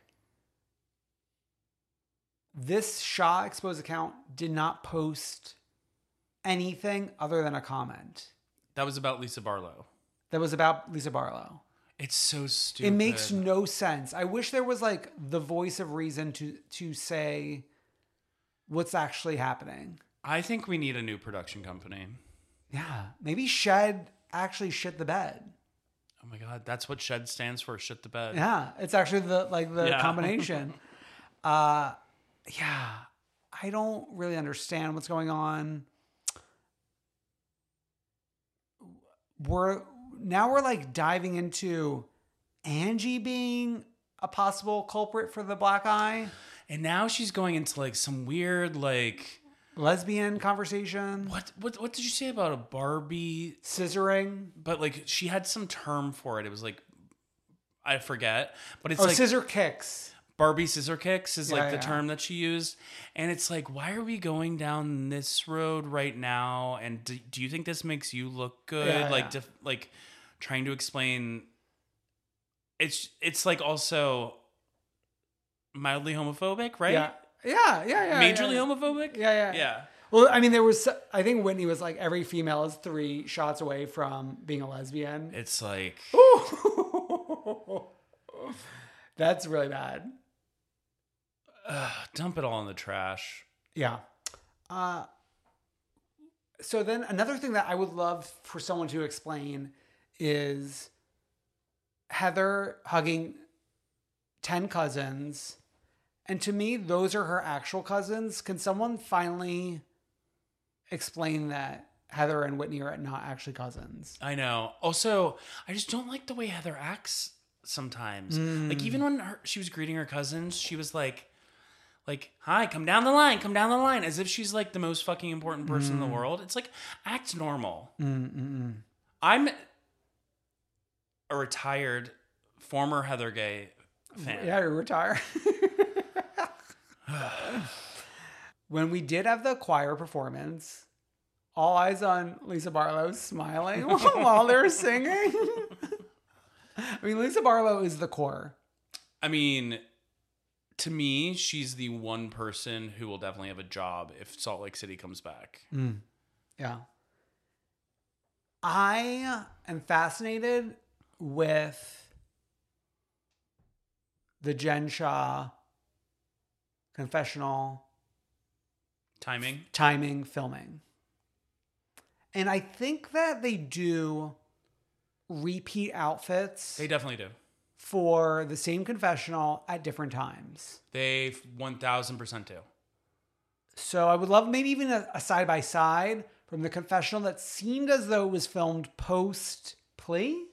Speaker 2: this Shaw exposed account did not post anything other than a comment
Speaker 3: That was about Lisa Barlow.
Speaker 2: that was about Lisa Barlow?
Speaker 3: It's so
Speaker 2: it
Speaker 3: stupid.
Speaker 2: makes no sense. I wish there was like the voice of reason to to say what's actually happening.
Speaker 3: I think we need a new production company.
Speaker 2: Yeah, maybe Shed actually shit the bed.
Speaker 3: Oh my god, that's what Shed stands for. Shit the bed.
Speaker 2: Yeah, it's actually the like the
Speaker 3: Yeah. [laughs]
Speaker 2: combination. uh yeah. I don't really understand what's going on. We're now we're like diving into Angie being a possible culprit for the black eye,
Speaker 3: And now she's going into like some weird like
Speaker 2: lesbian conversation,
Speaker 3: what what what did you say about a Barbie
Speaker 2: scissoring.
Speaker 3: but like she had some term for it. It was like I forget, but it's
Speaker 2: Oh,
Speaker 3: like
Speaker 2: scissor kicks.
Speaker 3: Barbie scissor kicks is like
Speaker 2: Yeah,
Speaker 3: the
Speaker 2: yeah.
Speaker 3: term that she used, and it's like, why are we going down this road right now? And do, do you think this makes you look good?
Speaker 2: Yeah,
Speaker 3: like,
Speaker 2: yeah.
Speaker 3: def- like trying to explain. It's it's like also mildly homophobic, right?
Speaker 2: Yeah. Yeah, yeah, yeah. yeah,
Speaker 3: Majorly
Speaker 2: yeah.
Speaker 3: homophobic.
Speaker 2: Yeah, yeah.
Speaker 3: yeah.
Speaker 2: Well, I mean, there was. I think Whitney was like every female is three shots away from being a lesbian.
Speaker 3: It's like
Speaker 2: Ooh. [laughs] That's really bad.
Speaker 3: dump it all in the trash.
Speaker 2: Yeah. Uh, so then another thing that I would love for someone to explain is Heather hugging 10 cousins. And to me, those are her actual cousins. Can someone finally explain that Heather and Whitney are not actually cousins?
Speaker 3: I know. Also, I just don't like the way Heather acts sometimes.
Speaker 2: Hmm.
Speaker 3: Like even when her, she was greeting her cousins, she was like, like, "Hi, come down the line, come down the line," as if she's like the most fucking important person in the world. It's like act normal. I'm a retired former Heather Gay fan.
Speaker 2: Yeah, retire. [laughs] when we did have the choir performance, all eyes on Lisa Barlow smiling [laughs] while they were singing. [laughs] I mean, Lisa Barlow is the core.
Speaker 3: I mean, to me, she's the one person who will definitely have a job if Salt Lake City comes back.
Speaker 2: Yeah. I am fascinated with the Jen Shaw confessional
Speaker 3: Timing.
Speaker 2: timing, filming. And I think that they do repeat outfits
Speaker 3: They definitely do.
Speaker 2: for the same confessional at different times.
Speaker 3: They one thousand percent do.
Speaker 2: So I would love maybe even a, a side by side from the confessional that seemed as though it was filmed post plea.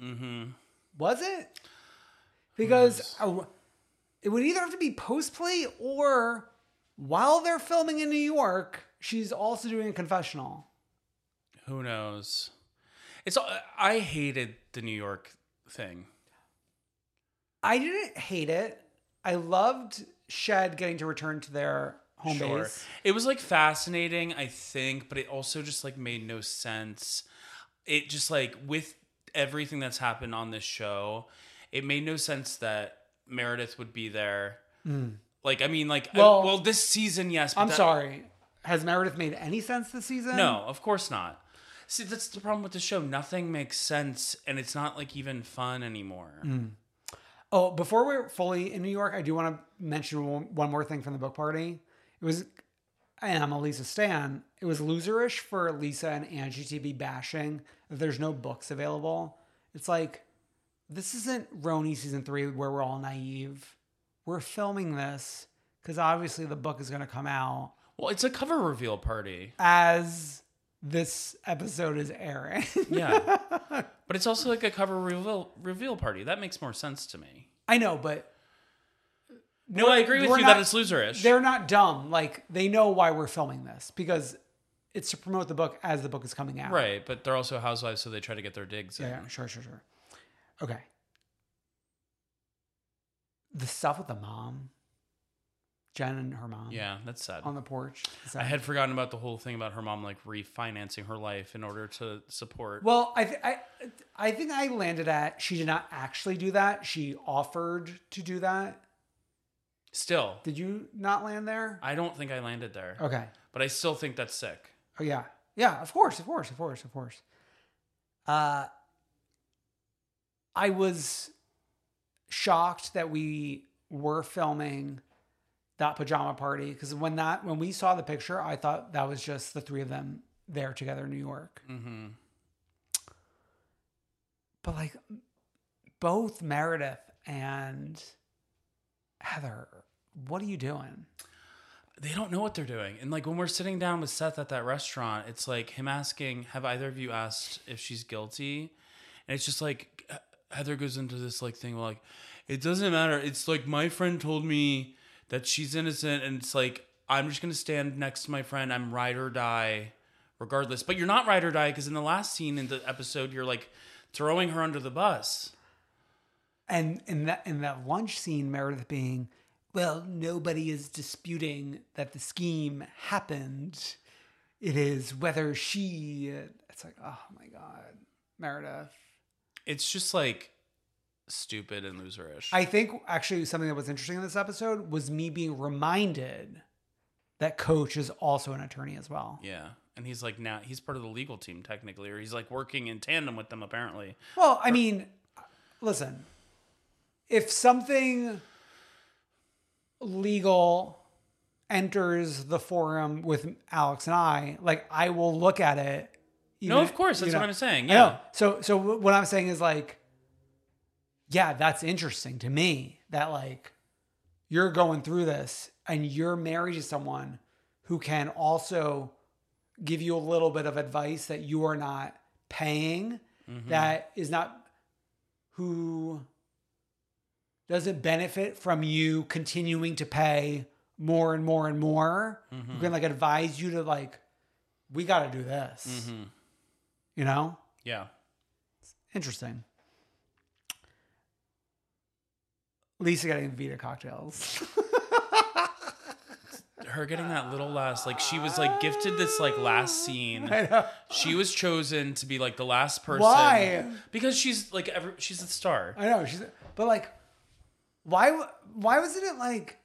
Speaker 3: Mm-hmm.
Speaker 2: Was it? Because uh, it would either have to be post plea or while they're filming in New York, she's also doing a confessional.
Speaker 3: Who knows? It's I hated the New York thing.
Speaker 2: I didn't hate it. I loved Shed getting to return to their home base.
Speaker 3: It was like fascinating, I think, but it also just like made no sense. It just like with everything that's happened on this show, it made no sense that Meredith would be there. Like I mean, like I- well,
Speaker 2: Mm. Well-
Speaker 3: this season, yes. but
Speaker 2: I'm
Speaker 3: that-
Speaker 2: sorry. Has Meredith made any sense this season?
Speaker 3: No, of course not. See, that's the problem with the show. Nothing makes sense, and it's not like even fun anymore.
Speaker 2: Mm. Oh, before we're fully in New York, I do want to mention one, one more thing from the book party. It was, and I'm a Lisa Stan. It was loserish for Lisa and Angie to be bashing that there's no books available. It's like, this isn't Roni season three where we're all naive. We're filming this because obviously the book is going to come out
Speaker 3: Well, it's a cover reveal party.
Speaker 2: as this episode is airing. [laughs]
Speaker 3: Yeah. but it's also like a cover reveal reveal party. That makes more sense to me.
Speaker 2: I know, but
Speaker 3: No, I agree with
Speaker 2: we're
Speaker 3: you
Speaker 2: not-
Speaker 3: that it's loserish.
Speaker 2: they're not dumb. Like they know why we're filming this because it's to promote the book as the book is coming out.
Speaker 3: Right, but they're also housewives, so they try to get their digs
Speaker 2: Yeah,
Speaker 3: in.
Speaker 2: yeah, sure, sure, sure. Okay. The stuff with the mom, Jen and her mom.
Speaker 3: Yeah, that's sad.
Speaker 2: On the porch. Is that-
Speaker 3: I had forgotten about the whole thing about her mom like refinancing her life in order to support.
Speaker 2: Well, I, th- I, I think I landed at she did not actually do that. She offered to do that.
Speaker 3: still,
Speaker 2: Did you not land there?
Speaker 3: I don't think I landed there,
Speaker 2: Okay.
Speaker 3: but I still think that's sick.
Speaker 2: Oh yeah, yeah. Of course, of course, of course, of course. Uh, I was shocked that we were filming that pajama party because when that when we saw the picture, I thought that was just the three of them there together in New York.
Speaker 3: hmm
Speaker 2: But like, both Meredith and Heather, what are you doing?
Speaker 3: They don't know what they're doing. And like when we're sitting down with Seth at that restaurant, it's like him asking, Have either of you asked if she's guilty? And it's just like H- Heather goes into this like thing like, It doesn't matter. It's like my friend told me that she's innocent. And it's like, I'm just going to stand next to my friend. I'm ride or die regardless. But you're not ride or die because in the last scene in the episode, you're like throwing her under the bus.
Speaker 2: and in that in that lunch scene, Meredith being, well, nobody is disputing that the scheme happened. It is whether she. It's like, oh my god, Meredith.
Speaker 3: It's just like stupid and loserish.
Speaker 2: I think actually something that was interesting in this episode was me being reminded that Coach is also an attorney as well.
Speaker 3: yeah. And he's like now he's part of the legal team technically, or he's like working in tandem with them apparently.
Speaker 2: Well, I mean, listen, if something legal enters the forum with Alex and I, like I will look at it.
Speaker 3: No,
Speaker 2: even-
Speaker 3: of course,
Speaker 2: you
Speaker 3: that's
Speaker 2: know.
Speaker 3: what I'm saying.
Speaker 2: I
Speaker 3: Yeah.
Speaker 2: know. So, so wh- what I'm saying is like, yeah, that's interesting to me that like you're going through this and you're married to someone who can also give you a little bit of advice that you are not paying,
Speaker 3: Hmm.
Speaker 2: that is not who doesn't benefit from you continuing to pay more and more and more.
Speaker 3: Mm-hmm.
Speaker 2: Who can like advise you to like, we got to do this,
Speaker 3: Mm-hmm.
Speaker 2: you know?
Speaker 3: Yeah.
Speaker 2: Interesting. Lisa getting Vita cocktails. [laughs]
Speaker 3: Her getting that little last like she was like gifted this like last
Speaker 2: [laughs]
Speaker 3: scene. She was chosen to be like the last person.
Speaker 2: Why?
Speaker 3: Because she's like every she's the star.
Speaker 2: I know she's, but like, why? w- Why wasn't it like?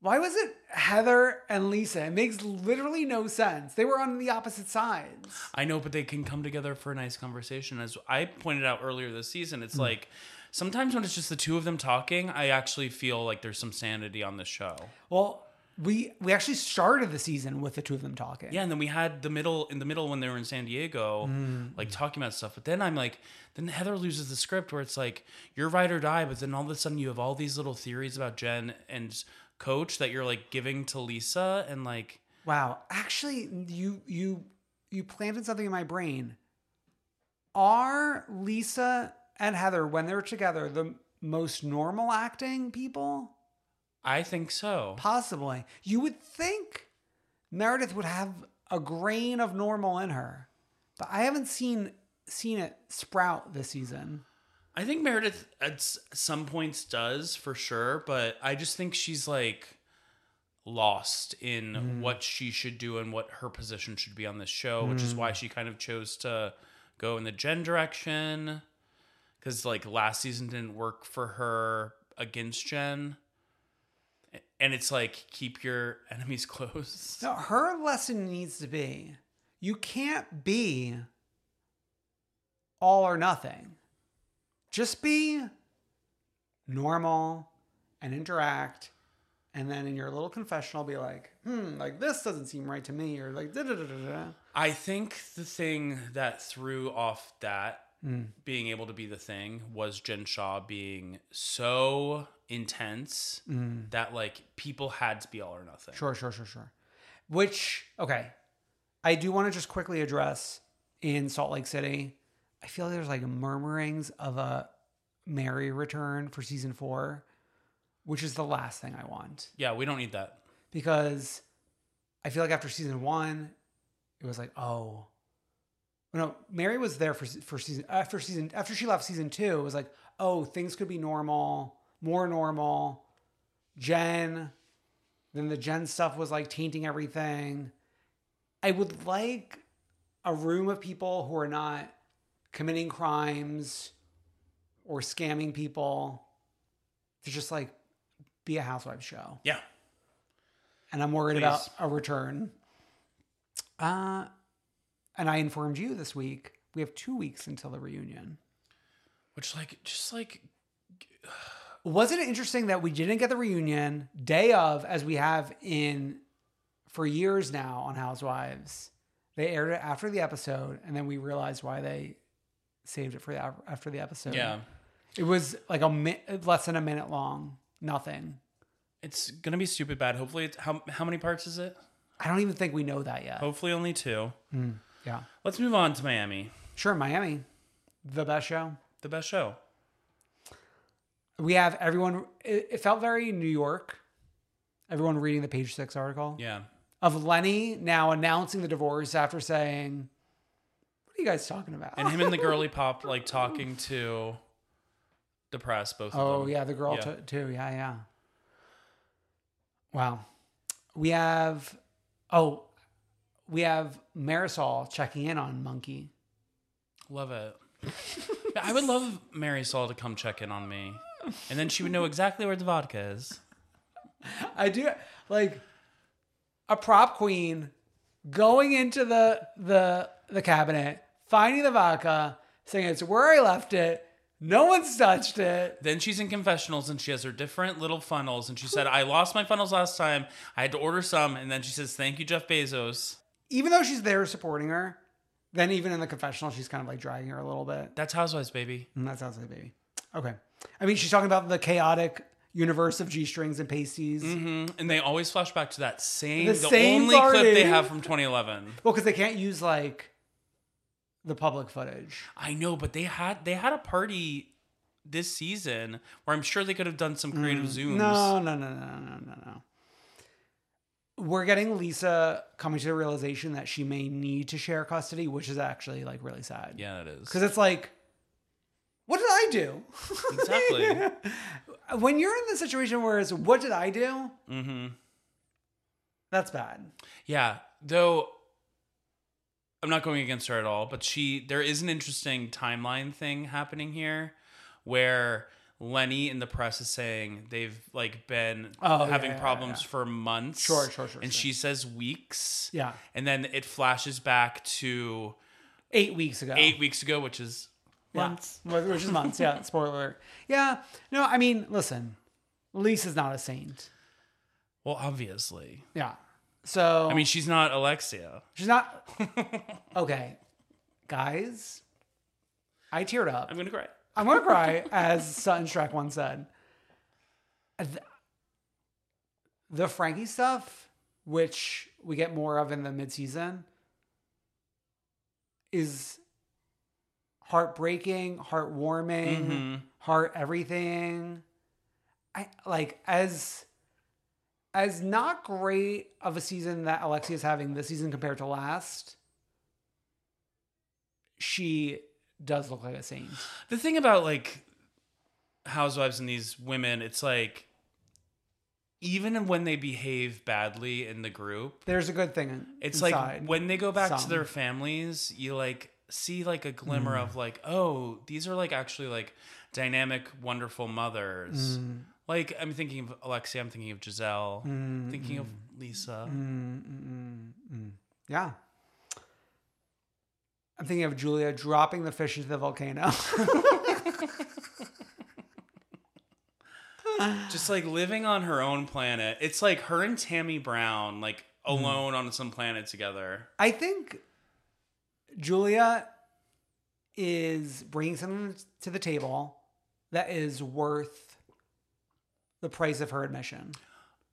Speaker 2: Why was it Heather and Lisa? It makes literally no sense. They were on the opposite sides.
Speaker 3: I know, but they can come together for a nice conversation. As I pointed out earlier this season,
Speaker 2: Hmm.
Speaker 3: it's like sometimes when it's just the two of them talking, I actually feel like there's some sanity on the show.
Speaker 2: Well, we we actually started the season with the two of them talking.
Speaker 3: Yeah, and then we had the middle in the middle when they were in San Diego, like talking about stuff. But then I'm like, then Heather loses the script where it's like you're ride or die, but then all of a sudden you have all these little theories about Jen and Coach that you're like giving to Lisa, and like
Speaker 2: Wow. Actually, you you you planted something in my brain. Are Lisa and Heather, when they're together, the most normal acting people?
Speaker 3: I think so.
Speaker 2: Possibly. You would think Meredith would have a grain of normal in her. But I haven't seen seen it sprout this season.
Speaker 3: I think Meredith at s- some points does for sure, but I just think she's like lost in what she should do and what her position should be on this show, which is why she kind of chose to go in the Jen direction because like last season didn't work for her against Jen. A- And it's like keep your enemies [laughs] close.
Speaker 2: Now, her lesson needs to be you can't be all or nothing. Just be normal and interact. And then in your little confessional, be like, hmm, like this doesn't seem right to me, or like da da da da da.
Speaker 3: I think the thing that threw off that being able to be the thing was Jen Shaw being so intense that like people had to be all or nothing.
Speaker 2: Sure, sure, sure, sure. Which, okay, I do want to just quickly address in Salt Lake City. I feel there's like murmurings of a Mary return for season four, which is the last thing I want
Speaker 3: Yeah, we don't need that.
Speaker 2: because I feel like after season one, it was like, oh, no, Mary was there for for season after season after she left season two. It was like, oh, things could be normal, more normal. Jen, then the Jen stuff was like tainting everything. I would like a room of people who are not committing crimes or scamming people to just like be a housewife show
Speaker 3: Yeah.
Speaker 2: and I'm worried
Speaker 3: Please.
Speaker 2: about a return. Uh, and I informed you this week we have two weeks until the reunion.
Speaker 3: Which like just like
Speaker 2: Wasn't it interesting that we didn't get the reunion day of, as we have in for years now on Housewives? They aired it after the episode, and then we realized why they saved it for the, after the episode.
Speaker 3: yeah.
Speaker 2: it was like a mi- less than a minute long. Nothing.
Speaker 3: It's going to be stupid bad. Hopefully it's how how many parts is it?
Speaker 2: I don't even think we know that yet.
Speaker 3: Hopefully only 2.
Speaker 2: Yeah,
Speaker 3: Let's move on to Miami.
Speaker 2: sure. Miami, the best show.
Speaker 3: The best show.
Speaker 2: we have everyone it, it felt very new york everyone reading the page six article
Speaker 3: Yeah.
Speaker 2: of lenny now announcing the divorce after saying what are you guys talking about
Speaker 3: And him and the girly pop like talking to depressed. Both. of
Speaker 2: Oh
Speaker 3: them.
Speaker 2: yeah, the girl
Speaker 3: Yeah.
Speaker 2: to too. Yeah, yeah. Wow, we have oh, we have Marisol checking in on Monkey.
Speaker 3: Love it. I would love Mary Saul to come check in on me, and then she would know exactly where the vodka is.
Speaker 2: I do like a prop queen going into the the the cabinet, finding the vodka, saying it's where I left it. No one's touched it.
Speaker 3: Then she's in confessionals and she has her different little funnels. And she said, I lost my funnels last time. I had to order some. And then she says, Thank you, Jeff Bezos.
Speaker 2: Even though she's there supporting her, then even in the confessional, she's kind of like dragging her a little bit.
Speaker 3: That's Housewives, baby.
Speaker 2: And that sounds like a baby. Okay. I mean, she's talking about the chaotic universe of G strings and pasties.
Speaker 3: hmm And they always flash back to that same,
Speaker 2: The
Speaker 3: the,
Speaker 2: same
Speaker 3: only clip they
Speaker 2: garden.
Speaker 3: have from 2011.
Speaker 2: Well, because they can't use like the public footage.
Speaker 3: I know, but they had they had a party this season where I'm sure they could have done some creative zooms.
Speaker 2: Mm, No, no, no, no, no, no, no. We're getting Lisa coming to the realization that she may need to share custody, which is actually like really sad.
Speaker 3: Yeah, it is.
Speaker 2: Because it's like, what did I do?
Speaker 3: Exactly.
Speaker 2: [laughs] when you're in the situation where it's, what did I do?
Speaker 3: hmm
Speaker 2: That's bad.
Speaker 3: Yeah, though I'm not going against her at all, but she there is an interesting timeline thing happening here where Lenny in the press is saying they've like been
Speaker 2: Oh, yeah,
Speaker 3: having
Speaker 2: yeah,
Speaker 3: problems
Speaker 2: yeah.
Speaker 3: for months.
Speaker 2: Sure, sure, sure,
Speaker 3: And
Speaker 2: sure.
Speaker 3: she says weeks.
Speaker 2: Yeah.
Speaker 3: And then it flashes back to
Speaker 2: Eight weeks ago.
Speaker 3: eight weeks ago, which is
Speaker 2: months, which is months. Yeah, spoiler. alert. Yeah, no, I mean, listen, Lisa's not a saint.
Speaker 3: well, obviously.
Speaker 2: Yeah, so
Speaker 3: I mean, she's not Alexia.
Speaker 2: she's not. [laughs] Okay, guys, I teared up.
Speaker 3: I'm gonna cry.
Speaker 2: I'm gonna cry, as Sutton Shrek once said. Th- The Frankie stuff, which we get more of in the midseason, is heartbreaking, heartwarming,
Speaker 3: Mm-hmm.
Speaker 2: heart everything. I like as as not great of a season that Alexia's having this season compared to last. She does look like a saint.
Speaker 3: the thing about like housewives and these women, it's like even when they behave badly in the group,
Speaker 2: There's a good thing. in-
Speaker 3: it's
Speaker 2: inside.
Speaker 3: like when they go back
Speaker 2: Some.
Speaker 3: to their families, you like see like a glimmer
Speaker 2: Mm.
Speaker 3: of like, oh, these are like actually like dynamic, wonderful mothers.
Speaker 2: Mm.
Speaker 3: Like I'm thinking of Alexia, I'm thinking of Giselle,
Speaker 2: Mm,
Speaker 3: thinking of Lisa.
Speaker 2: yeah. I'm thinking of Julia dropping the fish into the volcano. [laughs]
Speaker 3: Just like living on her own planet. It's like her and Tammy Brown, like
Speaker 2: Mm.
Speaker 3: alone on some planet together.
Speaker 2: I think Julia is bringing something to the table that is worth the price of her admission.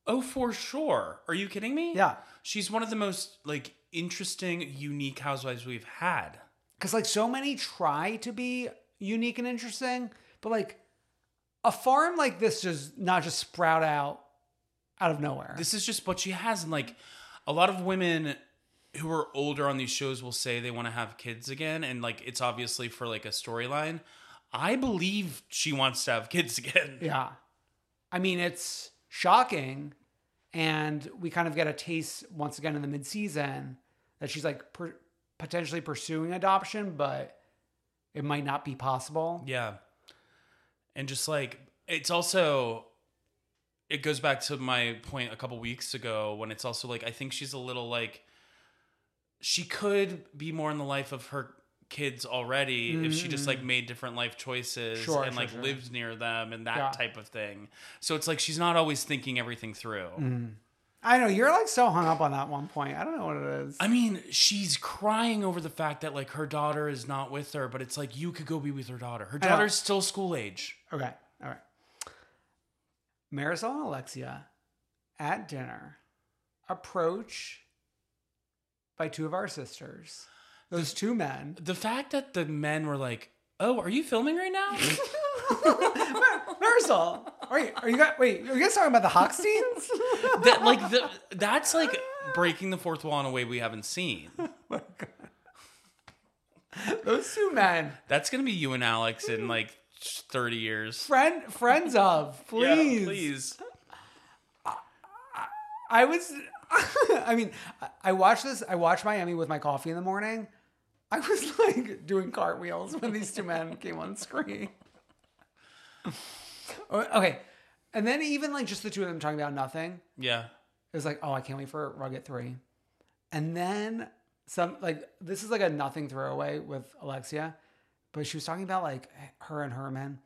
Speaker 3: Oh, for sure. Are you kidding me?
Speaker 2: Yeah.
Speaker 3: She's one of the most like interesting, unique housewives we've had.
Speaker 2: Because like so many try to be unique and interesting, but like a farm like this does not just sprout out out of nowhere.
Speaker 3: This is just what she has. And like a lot of women who are older on these shows will say they want to have kids again. And like it's obviously for like a storyline. I believe she wants to have kids again.
Speaker 2: Yeah. I mean, it's shocking. And we kind of get a taste once again in the midseason that she's like per- potentially pursuing adoption, but it might not be possible.
Speaker 3: Yeah. And just like it's also it goes back to my point a couple weeks ago when it's also like I think she's a little like she could be more in the life of her kids already if she just like made different life choices
Speaker 2: Mm. Sure,
Speaker 3: and
Speaker 2: sure,
Speaker 3: like
Speaker 2: sure.
Speaker 3: lived near them and that
Speaker 2: Yeah.
Speaker 3: type of thing. So it's like she's not always thinking everything through.
Speaker 2: Mm. I know you're like so hung up on that one point. I don't know what it is.
Speaker 3: I mean, she's crying over the fact that like her daughter is not with her, but it's like you could go be with her daughter. Her
Speaker 2: know.
Speaker 3: daughter's still school age.
Speaker 2: Okay. All right. Marisol and Alexia at dinner approach by two of our sisters, those two men.
Speaker 3: the fact that the men were like, "Oh, are you filming right now?"
Speaker 2: Mar- Marisol, are you, are you guys, wait, are you guys talking about
Speaker 3: [laughs]
Speaker 2: the Hochsteins?
Speaker 3: that like the, that's like breaking the fourth wall in a way we haven't seen.
Speaker 2: Those two men.
Speaker 3: That's gonna be you and Alex in like thirty years.
Speaker 2: Friend, friends of,
Speaker 3: [laughs] Yeah,
Speaker 2: please.
Speaker 3: please.
Speaker 2: I was. [laughs] I mean, I- I watched this. I watched Miami with my coffee in the morning. I was like doing cartwheels when these two men came on screen. [laughs] Oh, okay, and then even like just the two of them talking about nothing.
Speaker 3: Yeah.
Speaker 2: It was like, oh, I can't wait for Rugged Three, and then some. Like this is like a nothing throwaway with Alexia, but she was talking about like her and Herman,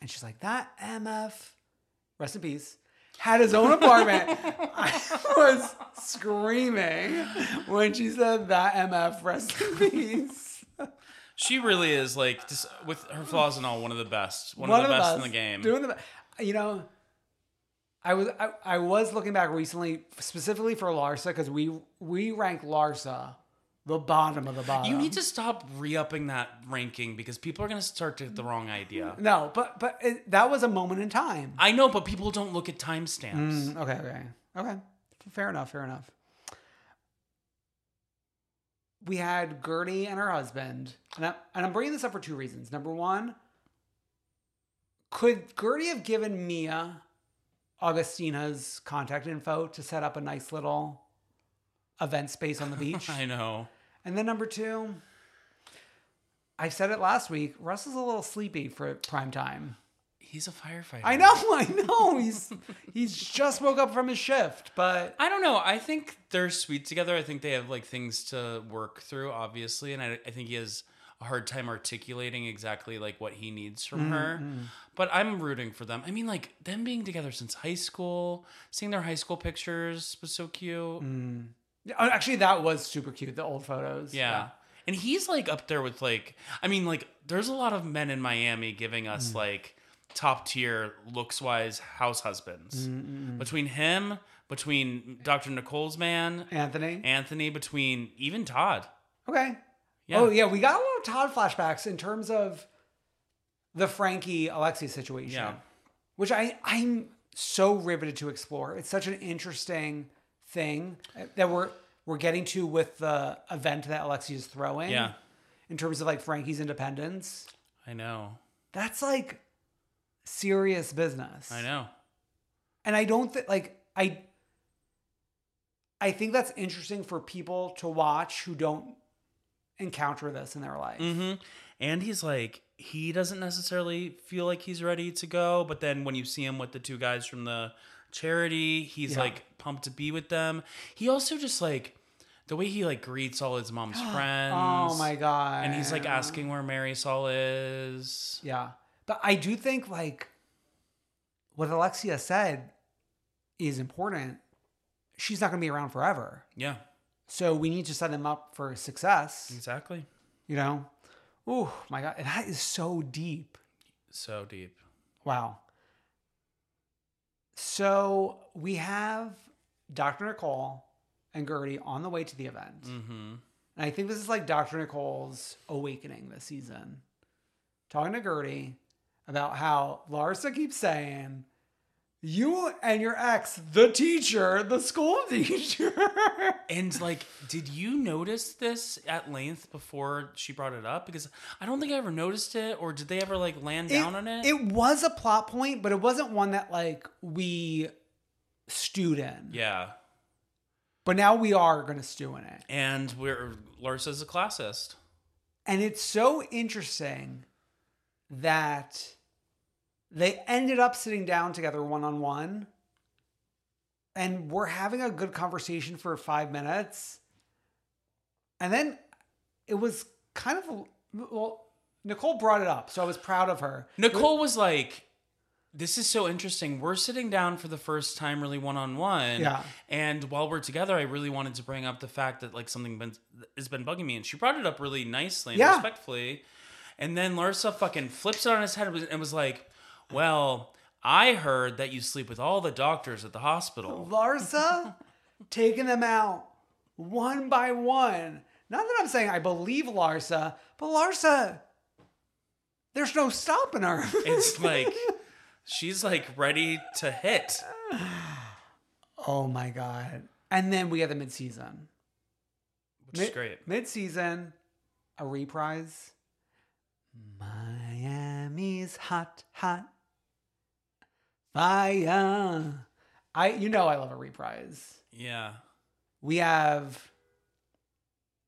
Speaker 2: and she's like, that MF, rest in peace, had his own apartment. [laughs] I was screaming when she said that MF, rest in peace.
Speaker 3: She really is like just with her flaws and all one of the best. One, of the, best, in the game.
Speaker 2: Doing the best. You know, I was I, I was looking back recently specifically for Larsa because we we rank Larsa the bottom of the bottom.
Speaker 3: you need to stop re-upping that ranking because people are going to start to get the wrong idea.
Speaker 2: no, but but it, that was a moment in time.
Speaker 3: I know, but people don't look at timestamps.
Speaker 2: Mm, okay, okay, okay. Fair enough. Fair enough. We had Gertie and her husband, and, I, and I'm bringing this up for two reasons. Number one, could Gertie have given Mia Augustina's contact info to set up a nice little event
Speaker 3: [laughs]
Speaker 2: space on the beach?
Speaker 3: I know.
Speaker 2: and then number two, I said it last week. Russ is a little sleepy for prime time.
Speaker 3: He's a firefighter.
Speaker 2: I know, [laughs] I know. He's he's just woke up from his shift, but
Speaker 3: I don't know. I think they're sweet together. I think they have like things to work through, obviously, and I, I think he has a hard time articulating exactly like what he needs from her. But I'm rooting for them. I mean, like them being together since high school, seeing their high school pictures was so cute.
Speaker 2: Yeah, oh, Actually, that was super cute. The old photos.
Speaker 3: Yeah. And he's like up there with like I mean like there's a lot of men in Miami giving us like top tier looks wise house husbands. Between him, between Dr. Nicole's man,
Speaker 2: Anthony.
Speaker 3: Anthony, between even Todd.
Speaker 2: okay.
Speaker 3: Yeah.
Speaker 2: Oh yeah, we got a lot of Todd flashbacks in terms of the Frankie Alexi situation.
Speaker 3: Yeah.
Speaker 2: Which I I'm so riveted to explore. It's such an interesting thing that we're we're getting to with the event that Alexi is throwing.
Speaker 3: Yeah.
Speaker 2: In terms of like Frankie's independence.
Speaker 3: I know.
Speaker 2: That's like serious business.
Speaker 3: I know.
Speaker 2: and I don't think like I I think that's interesting for people to watch who don't encounter this in their life.
Speaker 3: Mm-hmm. And he's like, he doesn't necessarily feel like he's ready to go, but then when you see him with the two guys from the charity, he's
Speaker 2: Yeah.
Speaker 3: like pumped to be with them. He also just like the way he like greets all his mom's friends.
Speaker 2: [gasps] Oh my god!
Speaker 3: And he's like asking where Mary Saul is.
Speaker 2: Yeah, but I do think like what Alexia said is important. She's not going to be around forever,
Speaker 3: Yeah,
Speaker 2: so we need to set them up for success.
Speaker 3: exactly.
Speaker 2: You know? Ooh, my god, that is so deep.
Speaker 3: So deep.
Speaker 2: Wow. So we have Dr. Nicole and Gertie on the way to the event.
Speaker 3: Mm-hmm.
Speaker 2: And I think this is like Dr. Nicole's awakening this season. Talking to Gertie about how Larsa keeps saying, You and your ex, the teacher, the school [laughs] teacher.
Speaker 3: And like, did you notice this at length before she brought it up? Because I don't think I ever noticed it, or did they ever like land down on it?
Speaker 2: it was a plot point, but it wasn't one that like we stewed in.
Speaker 3: yeah.
Speaker 2: But now we are gonna stew in it.
Speaker 3: And we're Larsa's a classist.
Speaker 2: And it's so interesting that they ended up sitting down together one on one and we're having a good conversation for five minutes. And then it was kind of, well, Nicole brought it up. So I was proud of her.
Speaker 3: Nicole was like, "This is so interesting. We're sitting down for the first time, really one on one.
Speaker 2: Yeah.
Speaker 3: And while we're together, I really wanted to bring up the fact that like something been has been bugging me, and she brought it up really nicely and
Speaker 2: Yeah.
Speaker 3: respectfully. And then Larsa fucking flips it on his head and was- and was like, "Well." I heard that you sleep with all the doctors at the
Speaker 2: [laughs]
Speaker 3: hospital.
Speaker 2: Larsa taking them out one by one. Not that I'm saying I believe Larsa, but Larsa, there's no stopping her. [laughs]
Speaker 3: It's like she's like ready to hit.
Speaker 2: Oh my god! And then we had the midseason.
Speaker 3: Which is great.
Speaker 2: Midseason, a reprise. Miami. enemies hot, hot. Fire. I you know I love a reprise.
Speaker 3: Yeah.
Speaker 2: We have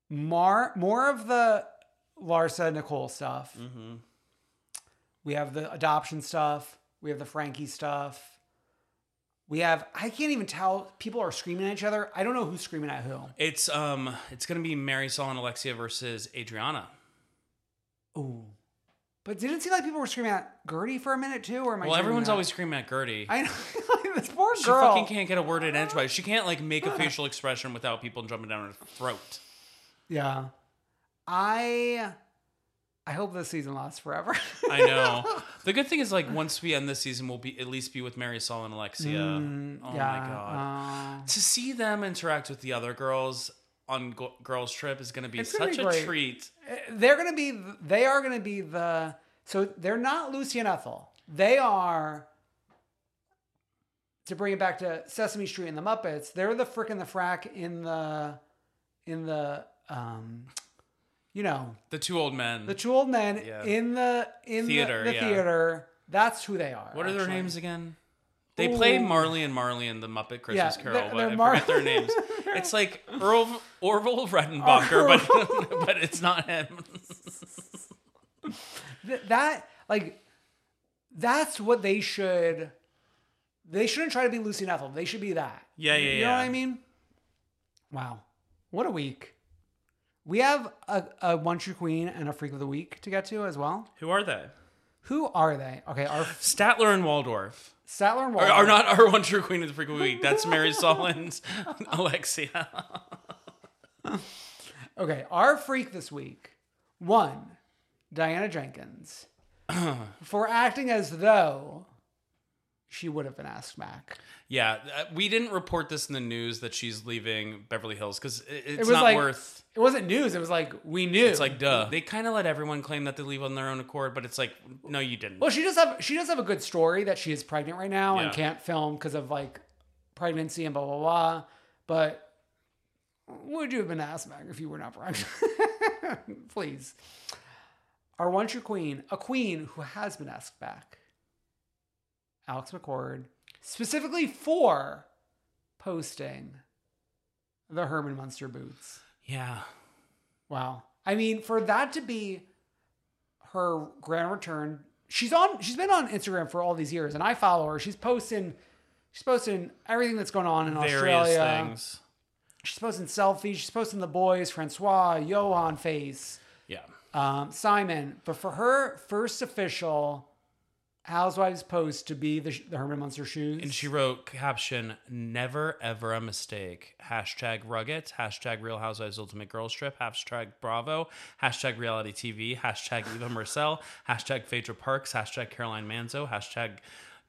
Speaker 2: more more of the Larsa Nicole stuff.
Speaker 3: Mm-hmm.
Speaker 2: We have the adoption stuff. We have the Frankie stuff. We have I can't even tell. People are screaming at each other. I don't know who's screaming at who.
Speaker 3: It's um, it's gonna be Mary Saul and Alexia versus Adriana.
Speaker 2: Ooh. But didn't it seem like people were screaming at Gertie for a minute too, or am I?
Speaker 3: Well,
Speaker 2: dreaming
Speaker 3: everyone's
Speaker 2: that?
Speaker 3: always screaming at Gertie.
Speaker 2: [laughs] I know [laughs] this poor girl.
Speaker 3: she fucking can't get a word in edgewise. She can't like make a facial expression without people jumping down her throat.
Speaker 2: Yeah. I I hope this season lasts forever.
Speaker 3: I
Speaker 2: [laughs]
Speaker 3: know. the good thing is like once we end this season, we'll be at least be with Mary Saul and Alexia.
Speaker 2: Mm,
Speaker 3: oh
Speaker 2: yeah,
Speaker 3: my god.
Speaker 2: uh,
Speaker 3: to see them interact with the other girls on go- girls trip is going to be
Speaker 2: It's gonna
Speaker 3: such
Speaker 2: be
Speaker 3: a
Speaker 2: great.
Speaker 3: treat.
Speaker 2: uh, they're gonna be they are gonna be the so they're not Lucy and Ethel. They are to bring it back to Sesame Street and the Muppets, they're the frickin' the frack in the in the um you know,
Speaker 3: The two old men.
Speaker 2: the two old men
Speaker 3: Yeah.
Speaker 2: in the in the-
Speaker 3: Theater,
Speaker 2: the,
Speaker 3: yeah.
Speaker 2: theater. That's who they are.
Speaker 3: what are their
Speaker 2: actually.
Speaker 3: names again? They play
Speaker 2: Ooh.
Speaker 3: Marley and Marley in the Muppet Christmas
Speaker 2: they're-
Speaker 3: Carol, but
Speaker 2: they're
Speaker 3: I
Speaker 2: Mar-
Speaker 3: forget their names.
Speaker 2: [laughs]
Speaker 3: It's like Earl, Orville Redenbacher, but [laughs] but it's not him.
Speaker 2: Th- that like that's what they should they shouldn't try to be Lucy and Ethel. They should be that.
Speaker 3: Yeah, yeah,
Speaker 2: You know what I
Speaker 3: yeah.
Speaker 2: mean? Wow. What a week. We have a, a one true queen and a freak of the week to get to as well.
Speaker 3: Who are they?
Speaker 2: Who are they? Okay, our
Speaker 3: Statler and Waldorf
Speaker 2: Sattler and
Speaker 3: are,
Speaker 2: Waldorf.
Speaker 3: are not our one true queen of the frequent week. That's [laughs] Mary Solins, Alexia.
Speaker 2: Okay, our freak this week. One,
Speaker 3: [clears throat]
Speaker 2: Diana Jenkins. for acting as though she would have been asked back.
Speaker 3: Yeah, uh, we didn't report this in the news that she's leaving Beverly Hills because it's
Speaker 2: was
Speaker 3: not
Speaker 2: like-
Speaker 3: worth.
Speaker 2: It wasn't news, it was like we knew.
Speaker 3: It's like duh. They kind of let everyone claim that they leave on their own accord, but it's like no, you didn't.
Speaker 2: Well, she does have she does have a good story that she is pregnant right now and
Speaker 3: Yeah.
Speaker 2: can't film because of like pregnancy and blah blah blah. But would you have been asked back if you were not pregnant? [laughs] Please. Our one true queen, a queen who has been asked back. Alex McCord, specifically for posting the Herman Munster boots.
Speaker 3: Yeah,
Speaker 2: Wow. I mean, for that to be her grand return, she's on she's been on Instagram for all these years and I follow her. She's posting she's posting everything that's going on in
Speaker 3: various
Speaker 2: Australia.
Speaker 3: things.
Speaker 2: She's posting selfies, she's posting the boys, Francois, Johan face,
Speaker 3: Yeah,
Speaker 2: um, Simon. But for her first official Housewives post to be the, the Herman Munster shoes.
Speaker 3: and she wrote caption: "Never ever a mistake." Hashtag Ruggets. Hashtag Real Housewives Ultimate Girl Strip. Hashtag Bravo. Hashtag Reality TV. Hashtag Eva Marcel. Hashtag Phaedra Parks. Hashtag Caroline Manzo. Hashtag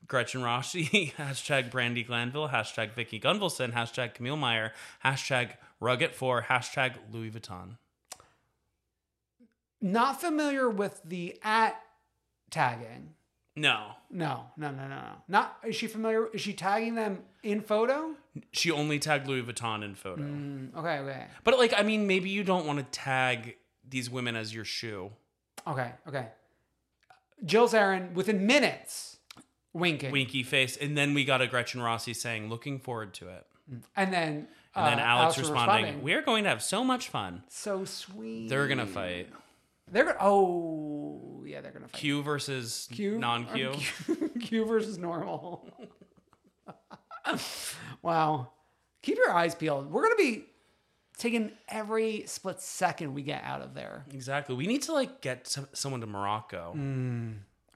Speaker 3: Gretchen Rossi. [laughs] hashtag Brandy Glanville. Hashtag Vicky Gunvalson. Hashtag Camille Meyer. Hashtag Rugged Four. Hashtag Louis Vuitton.
Speaker 2: not familiar with the at tagging.
Speaker 3: No.
Speaker 2: No, no, no, no, no. Not is she familiar? Is she tagging them in photo?
Speaker 3: She only tagged Louis Vuitton in photo.
Speaker 2: Mm, okay, okay,
Speaker 3: But like, I mean, maybe you don't want to tag these women as your shoe.
Speaker 2: okay, okay. Jill Zarin within minutes, winking,
Speaker 3: Winky face. And then we got a Gretchen Rossi saying, looking forward to it.
Speaker 2: and then
Speaker 3: And then
Speaker 2: uh,
Speaker 3: Alex,
Speaker 2: was
Speaker 3: responding, we're going to have so much fun.
Speaker 2: so sweet.
Speaker 3: They're going to fight.
Speaker 2: They're gonna. Oh yeah, they're gonna fight.
Speaker 3: Q versus
Speaker 2: Q-
Speaker 3: non-Q.
Speaker 2: [laughs] Q versus normal. [laughs] wow. Keep your eyes peeled. We're gonna be taking every split second we get out of there.
Speaker 3: Exactly. We need to like get some, someone to Morocco.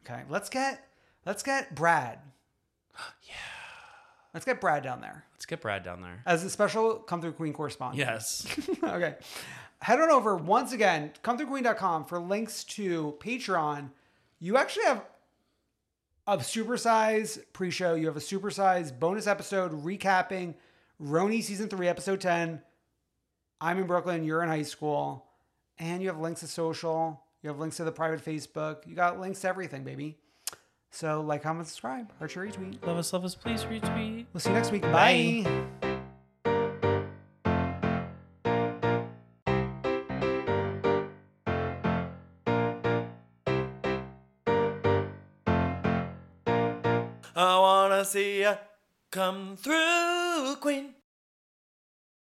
Speaker 2: Okay, let's get let's get Brad. yeah. Let's get Brad down there
Speaker 3: Let's get Brad down there.
Speaker 2: as a special come through queen correspondent.
Speaker 3: Yes.
Speaker 2: [laughs] okay. Head on over once again, come through queen.com for links to Patreon. You actually have a supersize pre-show. You have a supersize bonus episode recapping Roni season three, episode 10. I'm in Brooklyn, you're in high school. And you have links to social. You have links to the private Facebook. You got links to everything, baby. So like, comment, subscribe, heart share, retweet.
Speaker 3: [laughs] love us, love us. Please retweet.
Speaker 2: We'll see you next week.
Speaker 3: Bye.
Speaker 2: Bye.
Speaker 3: I wanna see ya come through, Queen.